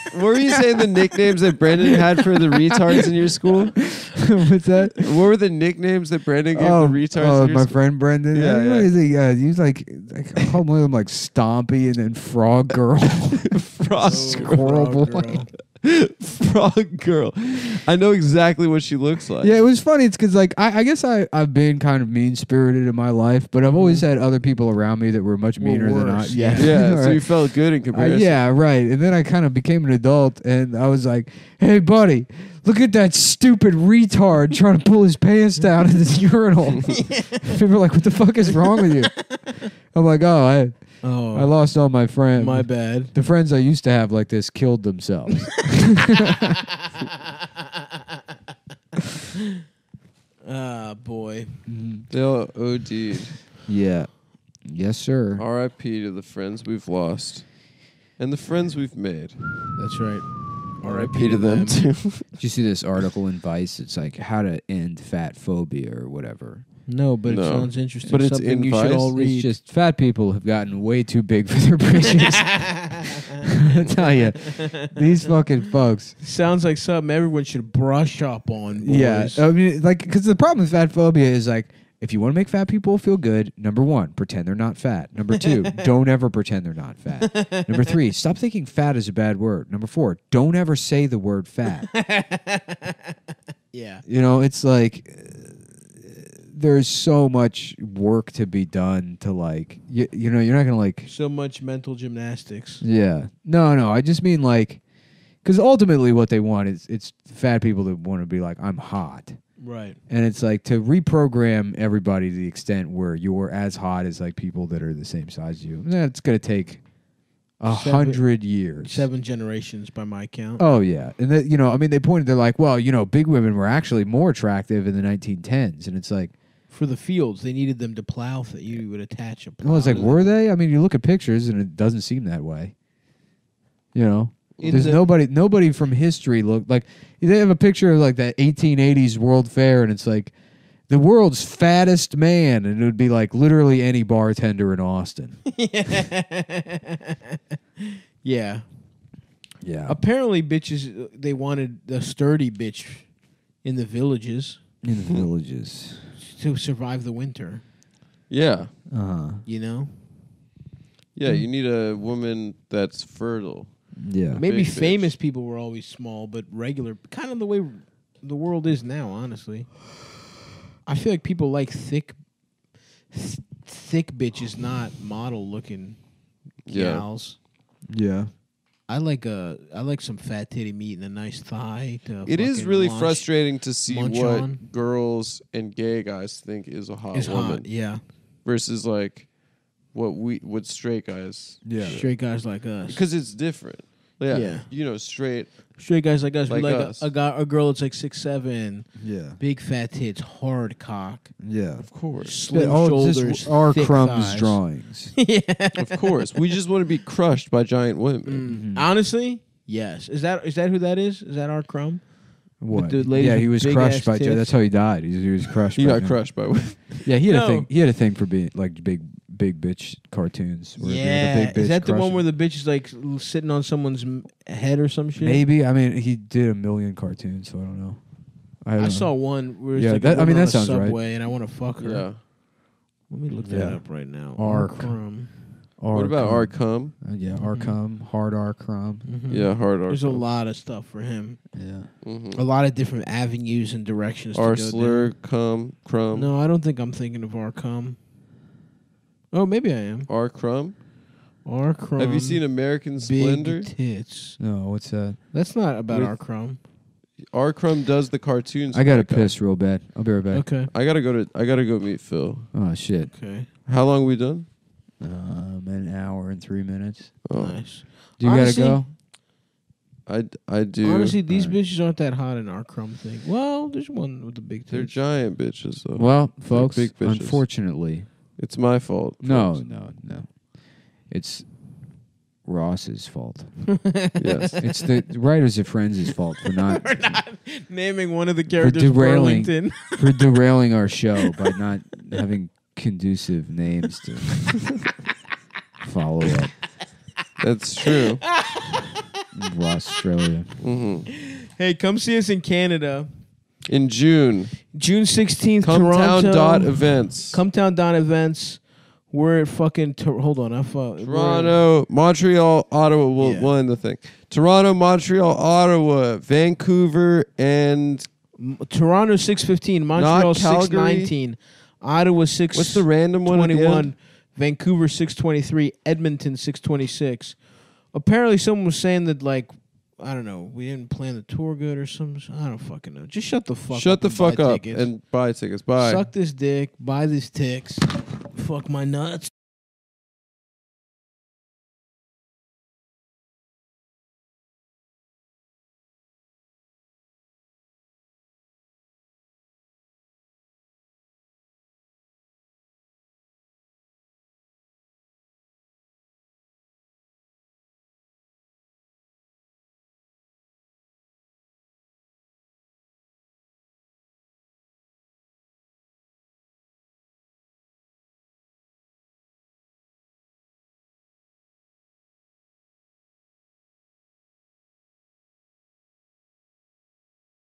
S2: what were you saying the nicknames that Brendan had for the retards in your school?
S1: What's that?
S2: What were the nicknames that Brendan gave the retards
S1: oh,
S2: in your
S1: my
S2: school?
S1: friend Brendan.
S2: Yeah,
S1: Yeah,
S2: yeah.
S1: He, uh, he was like, like I called one of them like Stompy and then Frog Girl.
S2: Oh, Frog,
S1: Squirrel
S3: Frog
S1: Boy.
S3: girl.
S2: frog girl. I know exactly what she looks like.
S1: Yeah, it was funny. It's because like I, I guess I I've been kind of mean spirited in my life, but I've always had other people around me that were much
S3: Were
S1: meaner than I.
S3: worse.
S1: Yeah,
S2: Mm-hmm. Yeah, so
S1: Right.
S2: you felt good in
S1: Uh,
S2: comparison.
S1: yeah, right. And then I kind of became an adult, and I was like, "Hey, buddy, look at that stupid retard trying to pull his pants down in this urinal." People are like, "What the fuck is wrong with you?" I'm like, "Oh, I
S3: Oh,
S1: I lost all my friends.
S3: my bad.
S1: the friends I used to have like this killed themselves."
S3: Ah, boy.
S1: Mm-hmm.
S2: They'll OD.
S1: yeah. Yes, sir.
S2: RIP to the friends we've lost. And the friends we've made.
S3: That's right.
S2: RIP to them too.
S1: Did you see this article in Vice? It's like how to end fat phobia or whatever.
S3: No, but it
S2: No.
S3: sounds interesting.
S2: But it's
S3: Something
S2: in
S3: you
S2: Vice?
S3: should all
S1: It's
S3: read.
S1: just fat people have gotten way too big for their britches. I tell you, these fucking folks.
S3: sounds like something everyone should brush up on. Boys.
S1: Yeah, I mean, like, because the problem with fat phobia is like, if you want to make fat people feel good, number one, pretend they're not fat. Number two, don't ever pretend they're not fat. Number three, stop thinking fat is a bad word. Number four, don't ever say the word fat.
S3: yeah.
S1: You know, it's like uh, there's so much work to be done to like, you, you know, you're not gonna like
S3: So much mental gymnastics.
S1: Yeah. No, no. I just mean like, because ultimately what they want is it's fat people that want to be like, I'm hot.
S3: Right.
S1: And it's like to reprogram everybody to the extent where you're as hot as like people that are the same size as you. That's going to take a
S3: Seven-
S1: hundred years.
S3: Seven generations by my count.
S1: Oh yeah, and that you know, I mean, they pointed. They're like, well, you know, big women were actually more attractive in the 1910s, and it's like,
S3: For the fields, they needed them to plow. That you would attach a plow.
S1: well, it's like,
S3: to
S1: were they? I mean, you look at pictures, and it doesn't seem that way. You know,
S2: In
S1: There's
S2: the-
S1: nobody nobody from history look like they have a picture of like that 1880s World Fair and it's like the world's fattest man and it would be like literally any bartender in Austin.
S3: yeah.
S1: yeah.
S3: Apparently, bitches. They wanted a sturdy bitch in the villages
S1: In the villages.
S3: to survive the winter.
S2: Yeah.
S1: Uh-huh.
S3: You know,
S2: Yeah,
S1: Mm.
S2: you need a woman that's fertile.
S1: Yeah.
S3: maybe
S2: big bitch.
S3: famous people were always small, but regular, kind of the way the world is now. Honestly, I feel like people like thick, th- thick bitches, not model looking
S2: Yeah.
S3: gals.
S1: Yeah.
S3: I like a, I like some fat titty meat and a nice thigh. To
S2: It is
S3: fucking
S2: really
S3: munch.
S2: frustrating to see
S3: munch
S2: what
S3: on.
S2: girls and gay guys think is a hot
S3: It's
S2: woman
S3: hot, yeah.
S2: versus like what we what straight guys
S1: Yeah.
S3: Straight guys like us.
S2: because it's different. Yeah,
S3: Yeah.
S2: you know, straight.
S3: Straight guys like us.
S2: Like
S3: we like
S2: us.
S3: A, a, guy, a girl that's like six seven,
S1: Yeah.
S3: big fat tits, hard cock,
S1: Yeah.
S2: Of course,
S3: slim shoulders,
S1: our
S3: thick
S1: oh, crumbs
S3: thighs.
S1: drawings.
S2: of course. We just want to be crushed by giant
S3: Mm.
S2: women.
S1: Mm-hmm.
S3: Honestly, yes. Is that is that who that is? Is that our crumb?
S1: what?
S3: the ladies
S1: yeah, he
S3: with
S1: was
S3: big
S1: crushed
S3: ass
S1: by
S3: tits.
S1: that's how he died. He, he was crushed
S2: He
S1: by
S2: got
S1: him.
S2: crushed by women.
S1: Yeah, he had
S3: No.
S1: a thing he had a thing for being like big big bitch cartoons where the- the big bitch
S3: is that the one
S1: crushes-
S3: where the bitch is like l- sitting on someone's m- head or some shit?
S1: Maybe I mean he did a million cartoons, so I don't know.
S3: I,
S1: don't know.
S3: saw one where it's
S1: Yeah,
S3: like
S1: that- I
S3: I
S1: mean,
S3: mean
S1: that
S3: on
S1: sounds
S3: a
S1: right.
S3: subway and I want to fuck her.
S2: Yeah.
S3: Let me look that
S1: Yeah.
S3: up right now.
S1: Our cr-
S3: crumb.
S1: Arc.
S2: What about our cum?
S1: Uh,
S3: Mm-hmm.
S1: yeah, Arcom, hard Arcom.
S3: Mhm.
S2: Yeah, hard R.
S3: There's a
S2: cum.
S3: lot of stuff for him.
S1: Yeah.
S2: Mhm.
S3: A lot of different avenues and directions.
S2: R
S3: to go
S2: slur, cum,
S3: down.
S2: crumb.
S3: No, I don't think I'm thinking of our crumb. Oh, maybe I am.
S2: R crumb.
S3: Our crumb.
S2: Have you seen American
S3: big
S2: Splendor?
S3: tits?
S1: No, what's that?
S3: That's not about
S2: With-
S3: our crumb.
S2: R crumb does the cartoons.
S1: I gotta
S2: for that guy.
S1: piss real bad. I'll be right back.
S3: Okay.
S2: I gotta go to. I gotta go meet Phil.
S1: Oh shit.
S3: Okay.
S2: How long we done?
S1: Um, an hour and three minutes.
S2: Oh,
S3: Nice.
S1: Do you
S3: Honestly,
S1: gotta go?
S2: I I do.
S3: Honestly, these
S1: Alright.
S3: bitches aren't that hot in our crumb thing. Well, there's one with the big
S2: they're
S3: tits.
S2: giant bitches though.
S1: Well, folks,
S2: big bitches.
S1: unfortunately,
S2: it's my fault.
S1: no,
S2: folks.
S1: no, no. It's Ross's fault.
S2: yes.
S1: it's the writers of Friends' fault for not
S3: Naming one of the
S1: characters
S3: characters
S1: derailing.
S3: Burlington.
S1: for derailing our show by not having conducive names to follow up.
S2: That's true.
S1: Australia.
S3: Hey, come see us in Canada,
S2: In June,
S3: June sixteenth, Toronto.
S2: Cometown dot events.
S3: Cometown Don events. We're at fucking. Tor- hold on, I fu-
S2: Toronto, Montreal, Ottawa. We'll,
S3: Yeah.
S2: we'll end the thing. Toronto, Montreal, Ottawa, Vancouver, and
S3: M- Toronto six fifteen, Montreal six
S2: Calgary.
S3: nineteen, Ottawa six.
S2: what's the random one? at the end?
S3: 21, Vancouver 623, Edmonton 626. Apparently, someone was saying that, like, I don't know, we didn't plan the tour good or some. I don't fucking know. Just shut the fuck
S2: Shut
S3: up.
S2: the
S3: and buy
S2: fuck up
S3: tickets.
S2: and buy tickets. Bye.
S3: Suck this dick, buy these ticks, fuck my nuts.